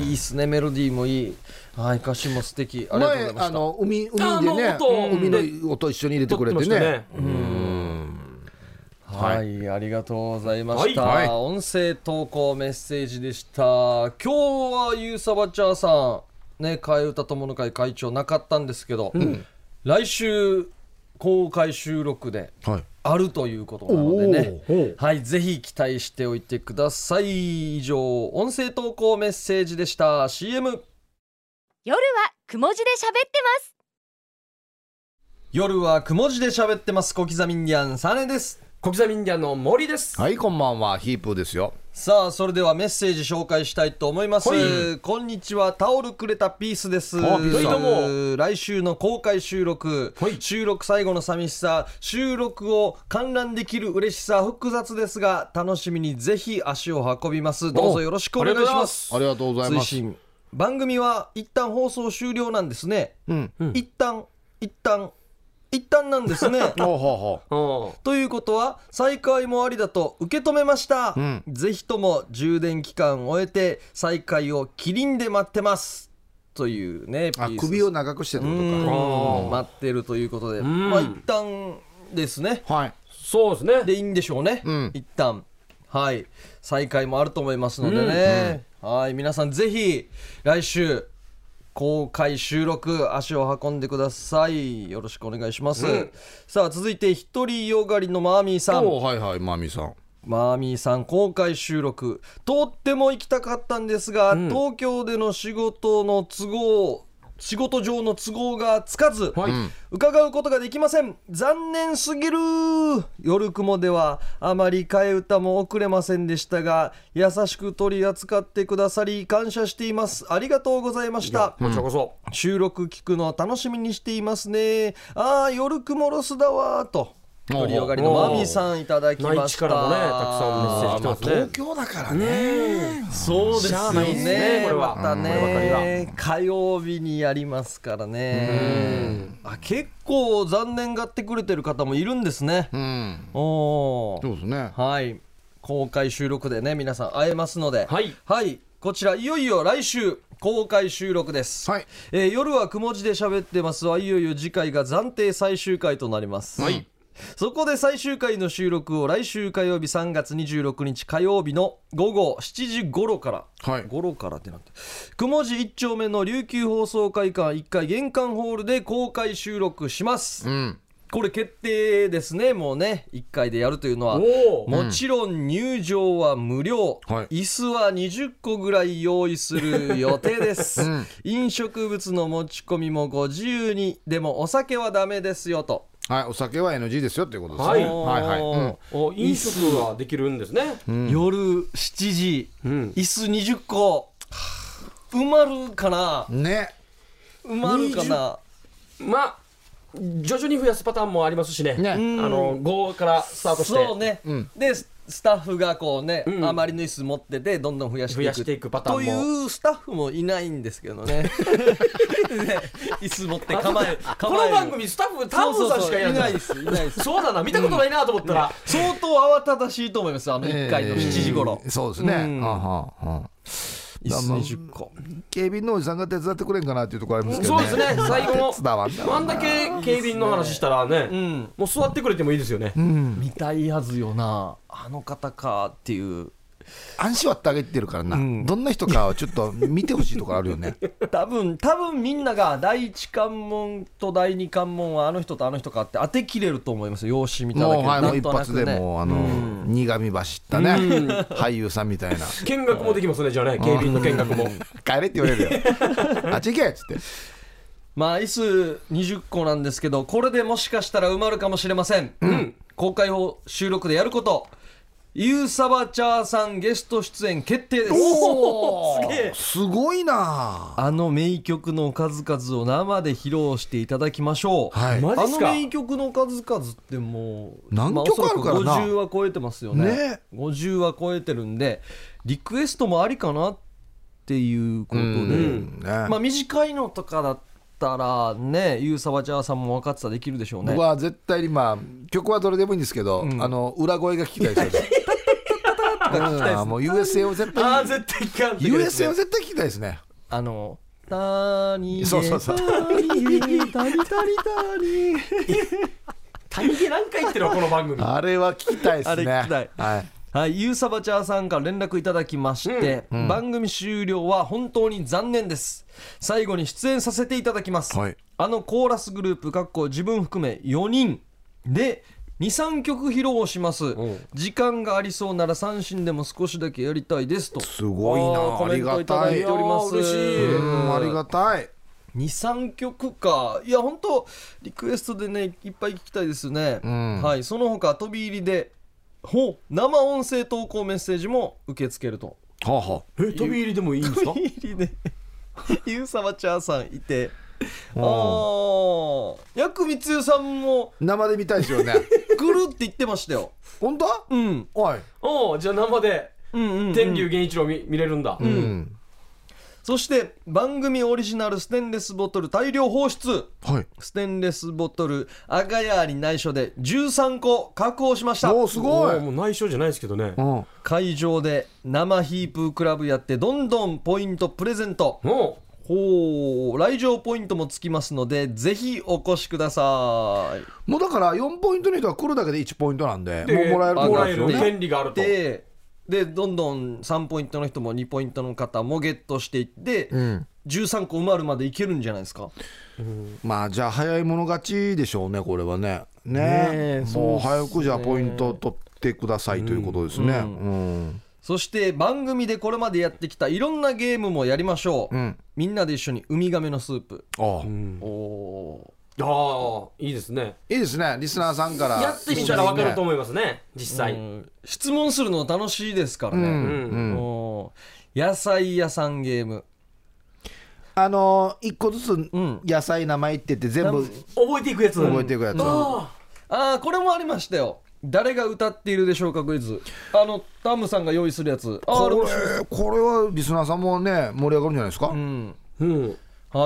[SPEAKER 1] いいっすねメロディーもいいはい歌詞も素敵ありがとうござい
[SPEAKER 3] 前
[SPEAKER 1] ました
[SPEAKER 3] あの海海
[SPEAKER 2] あ
[SPEAKER 3] で
[SPEAKER 2] の
[SPEAKER 3] ね
[SPEAKER 2] 音
[SPEAKER 3] 海の音一緒に入れてくれて
[SPEAKER 2] 撮っ
[SPEAKER 3] ね
[SPEAKER 2] ました
[SPEAKER 1] はい、ありがとうございました、
[SPEAKER 2] はいはい
[SPEAKER 1] 音声投稿メッセージでした今日はゆうさばちゃーさんね替え歌友の会会長なかったんですけど、来週公開収録で
[SPEAKER 3] はい
[SPEAKER 1] あるということなので
[SPEAKER 2] お
[SPEAKER 1] ね
[SPEAKER 2] ー、
[SPEAKER 1] はい、ぜひ期待しておいてください以上音声投稿メッセージでした CM
[SPEAKER 4] 夜はくも字で喋ってます
[SPEAKER 1] 夜はくも字で喋ってます小刻みにゃんサネです
[SPEAKER 2] 小刻みインディアンの森です
[SPEAKER 3] はいこんばんはヒープーですよ
[SPEAKER 1] さあそれではメッセージ紹介したいと思います、こんにちはタオルくれたピースです
[SPEAKER 3] あピースさん
[SPEAKER 1] 来週の公開収録、
[SPEAKER 2] はい
[SPEAKER 1] 収録最後の寂しさ収録を観覧できる嬉しさ複雑ですが楽しみにぜひ足を運びますどうぞよろしくお願いします
[SPEAKER 3] ありがとうございま
[SPEAKER 1] 推
[SPEAKER 3] す
[SPEAKER 1] 進番組は一旦放送終了なんですね、一旦一旦一旦なんですね
[SPEAKER 3] ほうほうほう
[SPEAKER 2] うん
[SPEAKER 1] ということは再開もありだと受け止めました、
[SPEAKER 3] うん
[SPEAKER 1] ぜひとも充電期間を終えて再開をキリンで待ってますというね
[SPEAKER 3] あ
[SPEAKER 1] ピース
[SPEAKER 3] 首を長くしてって
[SPEAKER 1] う
[SPEAKER 3] こ
[SPEAKER 1] ん
[SPEAKER 2] あー
[SPEAKER 1] 待ってるということで
[SPEAKER 2] ん
[SPEAKER 1] まあ一旦ですね
[SPEAKER 3] とかはい
[SPEAKER 2] そうですね。
[SPEAKER 1] でいいんでしょうね、
[SPEAKER 3] うん
[SPEAKER 1] 一旦はい再開もあると思いますのでね、はい皆さんぜひ来週公開収録足を運んでくださいよろしくお願いします、さあ続いて一人よがりのマーミーさん
[SPEAKER 3] おうはいはいマミさん
[SPEAKER 1] マーミーさん公開収録とっても行きたかったんですが、東京での仕事の都合仕事上の都合がつかず、
[SPEAKER 2] はい
[SPEAKER 1] うん伺うことができません残念すぎる夜雲ではあまり替え歌も遅れませんでしたが優しく取り扱ってくださり感謝していますありがとうございました
[SPEAKER 2] こちらこそ。
[SPEAKER 1] 収録聞くの楽しみにしていますねああ夜雲ロスだわーと
[SPEAKER 3] おう
[SPEAKER 1] 取り上がりのマミさんいただきま
[SPEAKER 2] 内
[SPEAKER 1] し
[SPEAKER 2] 地
[SPEAKER 1] た
[SPEAKER 2] からもね、たくさんメッセージ来て
[SPEAKER 3] まあ東京
[SPEAKER 2] ますね。
[SPEAKER 3] だからね
[SPEAKER 1] そうですよ
[SPEAKER 2] ないですねこれは
[SPEAKER 1] また
[SPEAKER 2] こればか
[SPEAKER 1] ね火曜日にやりますからねあ結構残念がってくれてる方もいるんですね
[SPEAKER 3] うん
[SPEAKER 1] お
[SPEAKER 3] そう
[SPEAKER 1] ー
[SPEAKER 3] ですね
[SPEAKER 1] はい公開収録でね皆さん会えますのでは
[SPEAKER 2] はい
[SPEAKER 1] こちらいよいよ来週公開収録です、
[SPEAKER 3] はい
[SPEAKER 1] えー夜はくも字で喋ってますはいよいよ次回が暫定最終回となります、
[SPEAKER 2] はい
[SPEAKER 1] そこで最終回の収録を来週火曜日3月26日火曜日の午後7時頃から
[SPEAKER 3] はい
[SPEAKER 1] 五郎からってなって雲寺一丁目の琉球放送会館1階玄関ホールで公開収録します、
[SPEAKER 3] うん
[SPEAKER 1] これ決定ですねもうね1階でやるというのは
[SPEAKER 2] おお。
[SPEAKER 1] もちろん入場は無料、
[SPEAKER 3] はい
[SPEAKER 1] 椅子は20個ぐらい用意する予定です、
[SPEAKER 3] ん
[SPEAKER 1] 飲食物の持ち込みもご自由にでもお酒はダメですよと
[SPEAKER 3] はいお酒は NG ですよっていうことです
[SPEAKER 2] はい
[SPEAKER 3] ねはいはいうん
[SPEAKER 2] お飲食はできるんですね。
[SPEAKER 1] 夜7時、
[SPEAKER 2] ん
[SPEAKER 1] 椅子20個埋まるかな
[SPEAKER 3] ね
[SPEAKER 1] 埋まるかな
[SPEAKER 2] まあ徐々に増やすパターンもありますしね。
[SPEAKER 3] ね
[SPEAKER 2] あの5からスタートして
[SPEAKER 1] そうね、でススタッフがこうね、あまりの椅子持っててどんどん増やしていく
[SPEAKER 2] 増やしていくパターンも
[SPEAKER 1] というスタッフもいないんですけど ねね椅子持って構え
[SPEAKER 2] こ
[SPEAKER 1] 構え
[SPEAKER 2] の
[SPEAKER 1] る
[SPEAKER 2] 番組スタッフタン
[SPEAKER 1] そ
[SPEAKER 2] ブ
[SPEAKER 1] う
[SPEAKER 2] さ
[SPEAKER 1] そ
[SPEAKER 2] ん
[SPEAKER 1] う
[SPEAKER 2] し
[SPEAKER 1] そ
[SPEAKER 2] か
[SPEAKER 1] う
[SPEAKER 2] い
[SPEAKER 1] い
[SPEAKER 2] ないんだ
[SPEAKER 1] ないですいないです
[SPEAKER 2] そうだな見たことないなと思ったら。
[SPEAKER 1] 相当慌ただしいと思いますあの1回の7時頃、
[SPEAKER 3] えーそうですね
[SPEAKER 1] うん
[SPEAKER 3] はあはあはあ
[SPEAKER 1] 椅子20個
[SPEAKER 3] 警備員のおじさんが手伝ってくれんかなっていうところありますけど
[SPEAKER 2] そう
[SPEAKER 3] ね
[SPEAKER 2] ですね。最後
[SPEAKER 3] 手伝わんだろう
[SPEAKER 2] の
[SPEAKER 3] な
[SPEAKER 2] あんだけ警備員の話したらね、
[SPEAKER 1] ん
[SPEAKER 2] もう座ってくれてもいいですよね。
[SPEAKER 1] 見たいはずよなあの方かっていう
[SPEAKER 3] 安心はってあげてるからな、どんな人かはちょっと見てほしいところあるよね
[SPEAKER 1] 多分多分みんなが第一関門と第二関門はあの人とあの人かって当てきれると思いますよ容姿見ただ
[SPEAKER 3] も
[SPEAKER 1] け
[SPEAKER 3] う,、
[SPEAKER 1] で
[SPEAKER 3] は
[SPEAKER 1] な
[SPEAKER 3] い、もうん一
[SPEAKER 1] となく
[SPEAKER 3] 発
[SPEAKER 1] ね
[SPEAKER 3] でもうあの、苦み走ったね、俳優さんみたいな
[SPEAKER 2] 見学もできますねじゃあね警備員の見学も。
[SPEAKER 3] 帰れって言われるよあっち行けっつって
[SPEAKER 1] まあ椅子20個なんですけどこれでもしかしたら埋まるかもしれません、公開を収録でやることゆうさばちゃーさんゲスト出演決定です
[SPEAKER 2] すげえ。
[SPEAKER 3] すごいな
[SPEAKER 1] あの名曲の数々を生で披露していただきましょう、
[SPEAKER 3] はい
[SPEAKER 2] マジっ
[SPEAKER 1] あ
[SPEAKER 2] す
[SPEAKER 1] の
[SPEAKER 2] か
[SPEAKER 1] 名曲の数々ってもう
[SPEAKER 3] 何曲あるからな
[SPEAKER 1] まおそらく50は超えてますよね
[SPEAKER 3] ね
[SPEAKER 1] 50は超えてるんでリクエストもありかなっていうことで、
[SPEAKER 3] うんね
[SPEAKER 1] まあ、短いのとかだったらねゆうさばちゃーさんも分かってたらできるでしょうね
[SPEAKER 3] 僕は絶対にまあ曲はどれでもいいんですけど、あの裏声が聞きたいですよねうんもう USA を絶対
[SPEAKER 2] あー絶対聞かんといけないですね
[SPEAKER 3] USA を絶対聞きたいですね
[SPEAKER 1] あの「たにげ
[SPEAKER 3] そうそうそう
[SPEAKER 1] たにげたにたにたに」
[SPEAKER 2] 谷毛何回言ってるわこの番組。
[SPEAKER 3] あれは聞きたいですね
[SPEAKER 1] あれ聞きたい
[SPEAKER 3] はい
[SPEAKER 1] はい、ゆうさばちゃーさんから連絡いただきまして、番組終了は本当に残念です最後に出演させていただきます、
[SPEAKER 3] はい
[SPEAKER 1] あのコーラスグループかっこ自分含め4人で23曲披露します、
[SPEAKER 2] ん
[SPEAKER 1] 時間がありそうなら三振でも少しだけやりたいですとす
[SPEAKER 3] ごいな
[SPEAKER 1] コメントいただいております
[SPEAKER 2] ありがたいいやー嬉しい
[SPEAKER 3] うんありがたい
[SPEAKER 1] 23曲かいや本当リクエストでねいっぱい聞きたいですね、
[SPEAKER 3] ん
[SPEAKER 1] はいその他飛び入りでほ生音声投稿メッセージも受け付けると
[SPEAKER 3] はあはあ
[SPEAKER 2] え飛び入りでもいいんですか？
[SPEAKER 1] 入りで ゆうさまちゃーさんいてあ
[SPEAKER 3] うん
[SPEAKER 1] あやくみつゆさんも
[SPEAKER 3] 生で見たいですよね
[SPEAKER 1] 来るって言ってましたよ、
[SPEAKER 3] 本当
[SPEAKER 1] うん、
[SPEAKER 3] おい
[SPEAKER 2] おおじゃあ生で
[SPEAKER 1] うんうんうん
[SPEAKER 2] 天竜源一郎見見れるんだ。
[SPEAKER 3] うん
[SPEAKER 1] そして番組オリジナルステンレスボトル大量放出
[SPEAKER 3] はい
[SPEAKER 1] ステンレスボトル赤やあり内緒で13個確保しました
[SPEAKER 3] おーすごい
[SPEAKER 2] もう内緒じゃないですけどね。
[SPEAKER 3] うん
[SPEAKER 1] 会場で生ヒープークラブやってどんどんポイントプレゼント
[SPEAKER 2] も
[SPEAKER 1] ほう来場ポイントもつきますのでぜひお越しください
[SPEAKER 3] もうだから4ポイントの人は来るだけで1ポイントなんで
[SPEAKER 2] う、
[SPEAKER 3] もうもらえる
[SPEAKER 2] もらえ
[SPEAKER 3] って
[SPEAKER 2] る
[SPEAKER 3] ことですよね
[SPEAKER 2] 権利があると。
[SPEAKER 1] ででどんどん3ポイントの人も2ポイントの方もゲットしていって、
[SPEAKER 3] ん
[SPEAKER 1] 13個埋まるまでいけるんじゃないですか
[SPEAKER 3] まあじゃあ早い者勝ちでしょうねこれはねね
[SPEAKER 1] ねえ
[SPEAKER 3] もう
[SPEAKER 1] そうっすね
[SPEAKER 3] 早くじゃあポイントを取ってくださいということですねうん
[SPEAKER 1] そして番組でこれまでやってきたいろんなゲームもやりましょう、
[SPEAKER 3] うん
[SPEAKER 1] みんなで一緒にウミガメのスープ
[SPEAKER 3] ああ
[SPEAKER 2] うん
[SPEAKER 1] おー
[SPEAKER 2] ああ、いいですね。
[SPEAKER 3] いいですねリスナーさんから
[SPEAKER 2] やってみたらわかると
[SPEAKER 3] 思
[SPEAKER 2] 思いますね、実
[SPEAKER 1] う
[SPEAKER 2] 際。
[SPEAKER 1] ん質問するの楽しいですからね、
[SPEAKER 3] うんうん
[SPEAKER 1] おー野菜屋さんゲーム
[SPEAKER 3] あのー一個ずつ
[SPEAKER 1] ん
[SPEAKER 3] 野菜名前言ってって全部
[SPEAKER 2] 覚えていくやつ。
[SPEAKER 3] 覚えていくやつ
[SPEAKER 2] あ
[SPEAKER 1] ああこれもありましたよ誰が歌っているでしょうかクイズあのタムさんが用意するやつあーあ
[SPEAKER 3] こ
[SPEAKER 1] れ面白いです
[SPEAKER 3] れこれはリスナーさんもね盛り上がるんじゃないですか、
[SPEAKER 1] うん
[SPEAKER 2] あ。うん。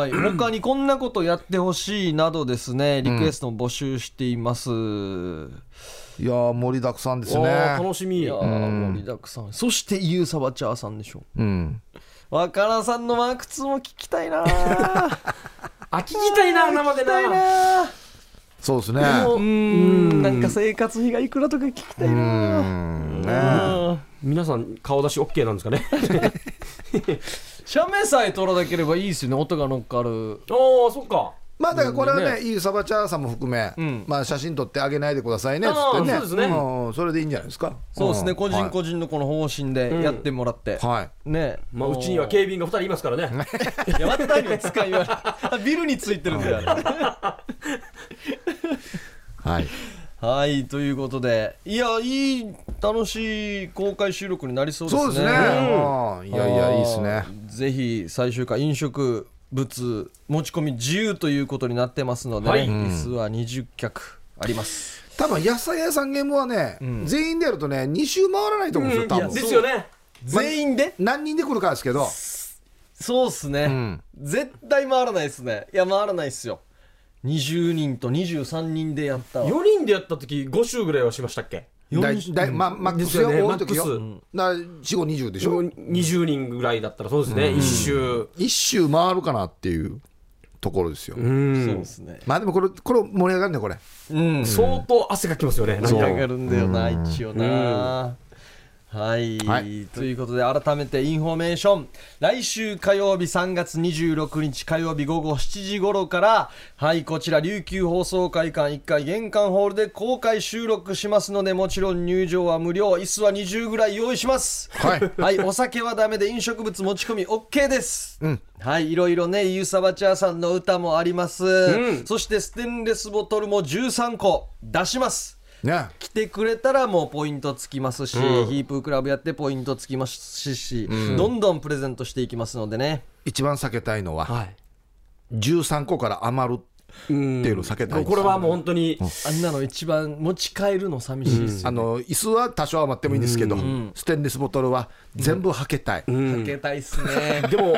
[SPEAKER 1] はい、 他にこんなことやってほしいなどですねリクエストも募集しています、
[SPEAKER 3] いやー盛りだくさんです
[SPEAKER 2] あ
[SPEAKER 3] ね
[SPEAKER 2] あ、楽し
[SPEAKER 1] い
[SPEAKER 2] み
[SPEAKER 1] や。ー盛りだくさんそしてゆうさばちゃーさんでしょ
[SPEAKER 3] うん
[SPEAKER 1] 若菜さんのマーク2も聞きたいな
[SPEAKER 2] あ、聞きたいな、生でな。
[SPEAKER 3] そうですね
[SPEAKER 1] うーんなんか生活費がいくらとか聞きたいな
[SPEAKER 3] うんね
[SPEAKER 2] 皆さん、顔出し OK なんですかね。
[SPEAKER 1] 写メさえ取らなければいいですよね音が乗っかる
[SPEAKER 2] ああ、そっか。
[SPEAKER 3] まあだからこれはねいいサバチャーさんも含め、
[SPEAKER 1] ん
[SPEAKER 3] まあ写真撮ってあげないでくださいねっつってね
[SPEAKER 2] あーそうですね
[SPEAKER 3] んそれでいいんじゃないですか
[SPEAKER 1] そうですね個人個
[SPEAKER 3] 人
[SPEAKER 1] 人のこの方針でやってもらって、
[SPEAKER 3] はい、はい
[SPEAKER 1] ね
[SPEAKER 2] まあ、うちには 警備員が2人いますからね。
[SPEAKER 1] いやまたには使いはビルについてるんだよ
[SPEAKER 3] はい
[SPEAKER 1] はいということでいやいい楽しい公開収録になりそうですね
[SPEAKER 3] そうですね、うんいやいやいいですね
[SPEAKER 1] ぜひ最終回飲食物持ち込み自由ということになってますので、ね
[SPEAKER 2] はい
[SPEAKER 1] 椅子は20脚あります、
[SPEAKER 3] 多分野菜屋さんゲームはね、全員でやるとね2周回らないと思うんですよ多
[SPEAKER 2] いや
[SPEAKER 3] 分、
[SPEAKER 2] ですよね。
[SPEAKER 1] 全員で
[SPEAKER 3] 何人で来るかですけど
[SPEAKER 1] そうっすね、
[SPEAKER 3] ん
[SPEAKER 1] 絶対回らないっすねいや回らないっすよ20人と23人でやったわ
[SPEAKER 2] 4人でやった時5周ぐらいはしましたっけ
[SPEAKER 3] だいだいまマックスよ
[SPEAKER 2] ですよね
[SPEAKER 3] 多い時よ
[SPEAKER 2] マックス
[SPEAKER 3] だ4520でしょ、
[SPEAKER 2] 20人ぐらいだったらそうですね、一周
[SPEAKER 3] 一周回るかなっていうところですよ、
[SPEAKER 1] そうですね
[SPEAKER 3] まあでもこれこれ盛り上がるねこれ
[SPEAKER 1] うん
[SPEAKER 2] 相当汗かきますよね、 なんか
[SPEAKER 1] 上がるんだよな一応なはい、
[SPEAKER 3] はい
[SPEAKER 1] ということで改めてインフォメーション来週火曜日3月26日火曜日午後7時頃からはいこちら琉球放送会館1階玄関ホールで公開収録しますのでもちろん入場は無料椅子は20ぐらい用意します
[SPEAKER 3] はい
[SPEAKER 1] はい、お酒はダメで飲食物持ち込み OK です。
[SPEAKER 3] ん
[SPEAKER 1] はい、いろいろね、ゆうさばちゃーさんの歌もあります。そしてステンレスボトルも13個出します。
[SPEAKER 3] ね
[SPEAKER 1] 来てくれたらもうポイントつきますし、ヒープークラブやってポイントつきますし、どんどんプレゼントしていきますのでね。
[SPEAKER 3] 一番避けたいのは、
[SPEAKER 2] はい
[SPEAKER 3] 13個から余る
[SPEAKER 2] ってい
[SPEAKER 3] いうのを避けたいです
[SPEAKER 2] これはもう本当に、
[SPEAKER 1] あんなの一番持ち帰るの寂しいです
[SPEAKER 3] あ
[SPEAKER 1] よ。
[SPEAKER 3] の椅子は多少余ってもいいんですけど、ステンレスボトルは全部はけたい、
[SPEAKER 1] かけたいっすね。
[SPEAKER 2] でも、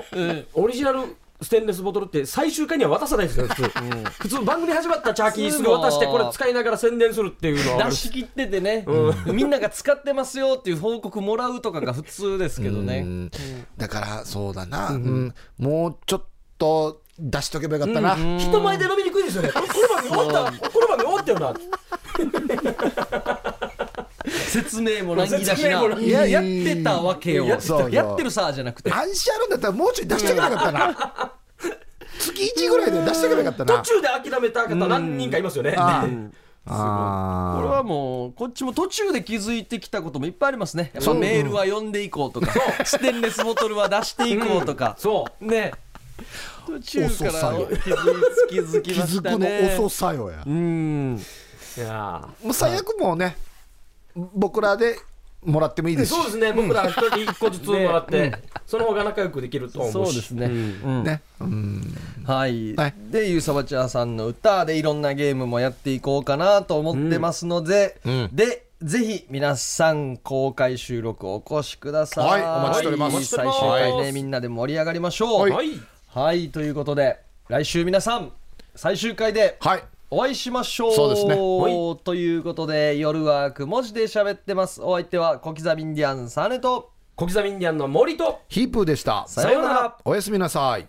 [SPEAKER 2] オリジナルステンレスボトルって最終回には渡さないんですよ普通、普通番組始まったらチャーキーすぐ渡してこれ使いながら宣伝するっていうのはあ
[SPEAKER 1] 出
[SPEAKER 2] る
[SPEAKER 1] し切っててね、みんなが使ってますよっていう報告もらうとかが普通ですけどね。
[SPEAKER 3] うんだからそうだな、うんもうちょっと出しとけばよかったな、
[SPEAKER 2] 人前で飲みにくいですよねこれこの番組終わったこの番組終わったよな
[SPEAKER 1] 説明も難儀だし
[SPEAKER 2] 説明も
[SPEAKER 1] な
[SPEAKER 2] 乱
[SPEAKER 1] いややってたわけよや
[SPEAKER 3] やそうそう
[SPEAKER 1] ってるさじゃなく て
[SPEAKER 3] 安心あるんだったらもうちょい出しとけばよかったな月1ぐらいで出しとけばよかったな
[SPEAKER 2] 途中で諦めた方何人かいますよね、
[SPEAKER 3] あ
[SPEAKER 1] こ
[SPEAKER 3] あ
[SPEAKER 1] れはもうこっちも途中で気づいてきたこともいっぱいありますねやっぱメールは読んでいこうとかステンレスボトルは出していこうとか
[SPEAKER 2] そう
[SPEAKER 1] ね途中から
[SPEAKER 3] 遅さよ
[SPEAKER 1] 気づき気づき
[SPEAKER 3] 気
[SPEAKER 1] まし
[SPEAKER 3] づ
[SPEAKER 1] た
[SPEAKER 3] く
[SPEAKER 1] ね
[SPEAKER 3] の遅さよや、
[SPEAKER 1] うん
[SPEAKER 2] いや
[SPEAKER 3] もう最悪もうね僕らでもらってもいいですし
[SPEAKER 2] そうですね、僕ら一人一個ずつもらって、その方が仲良くできると思うし。
[SPEAKER 1] そうですね、うん
[SPEAKER 3] ねうん
[SPEAKER 1] はい、
[SPEAKER 3] はい
[SPEAKER 1] でゆうさばちゃーさんの歌でいろんなゲームもやっていこうかなと思ってますので、でぜひ皆さん公開収録お越しください。
[SPEAKER 3] はいお待ちしております
[SPEAKER 1] 最終回
[SPEAKER 2] は
[SPEAKER 1] ね
[SPEAKER 2] い
[SPEAKER 1] みんなで盛り上がりましょう。
[SPEAKER 2] はい
[SPEAKER 1] はいということで来週皆さん最終回で
[SPEAKER 3] はい
[SPEAKER 1] お会いしましょう。
[SPEAKER 3] そうですね
[SPEAKER 2] は
[SPEAKER 1] ということで夜はく文字で喋ってます。お相手は小刻みインディアンサネと
[SPEAKER 2] 小刻みインディアンの森と
[SPEAKER 3] ヒープーでした
[SPEAKER 1] さようなら。
[SPEAKER 3] おやすみなさい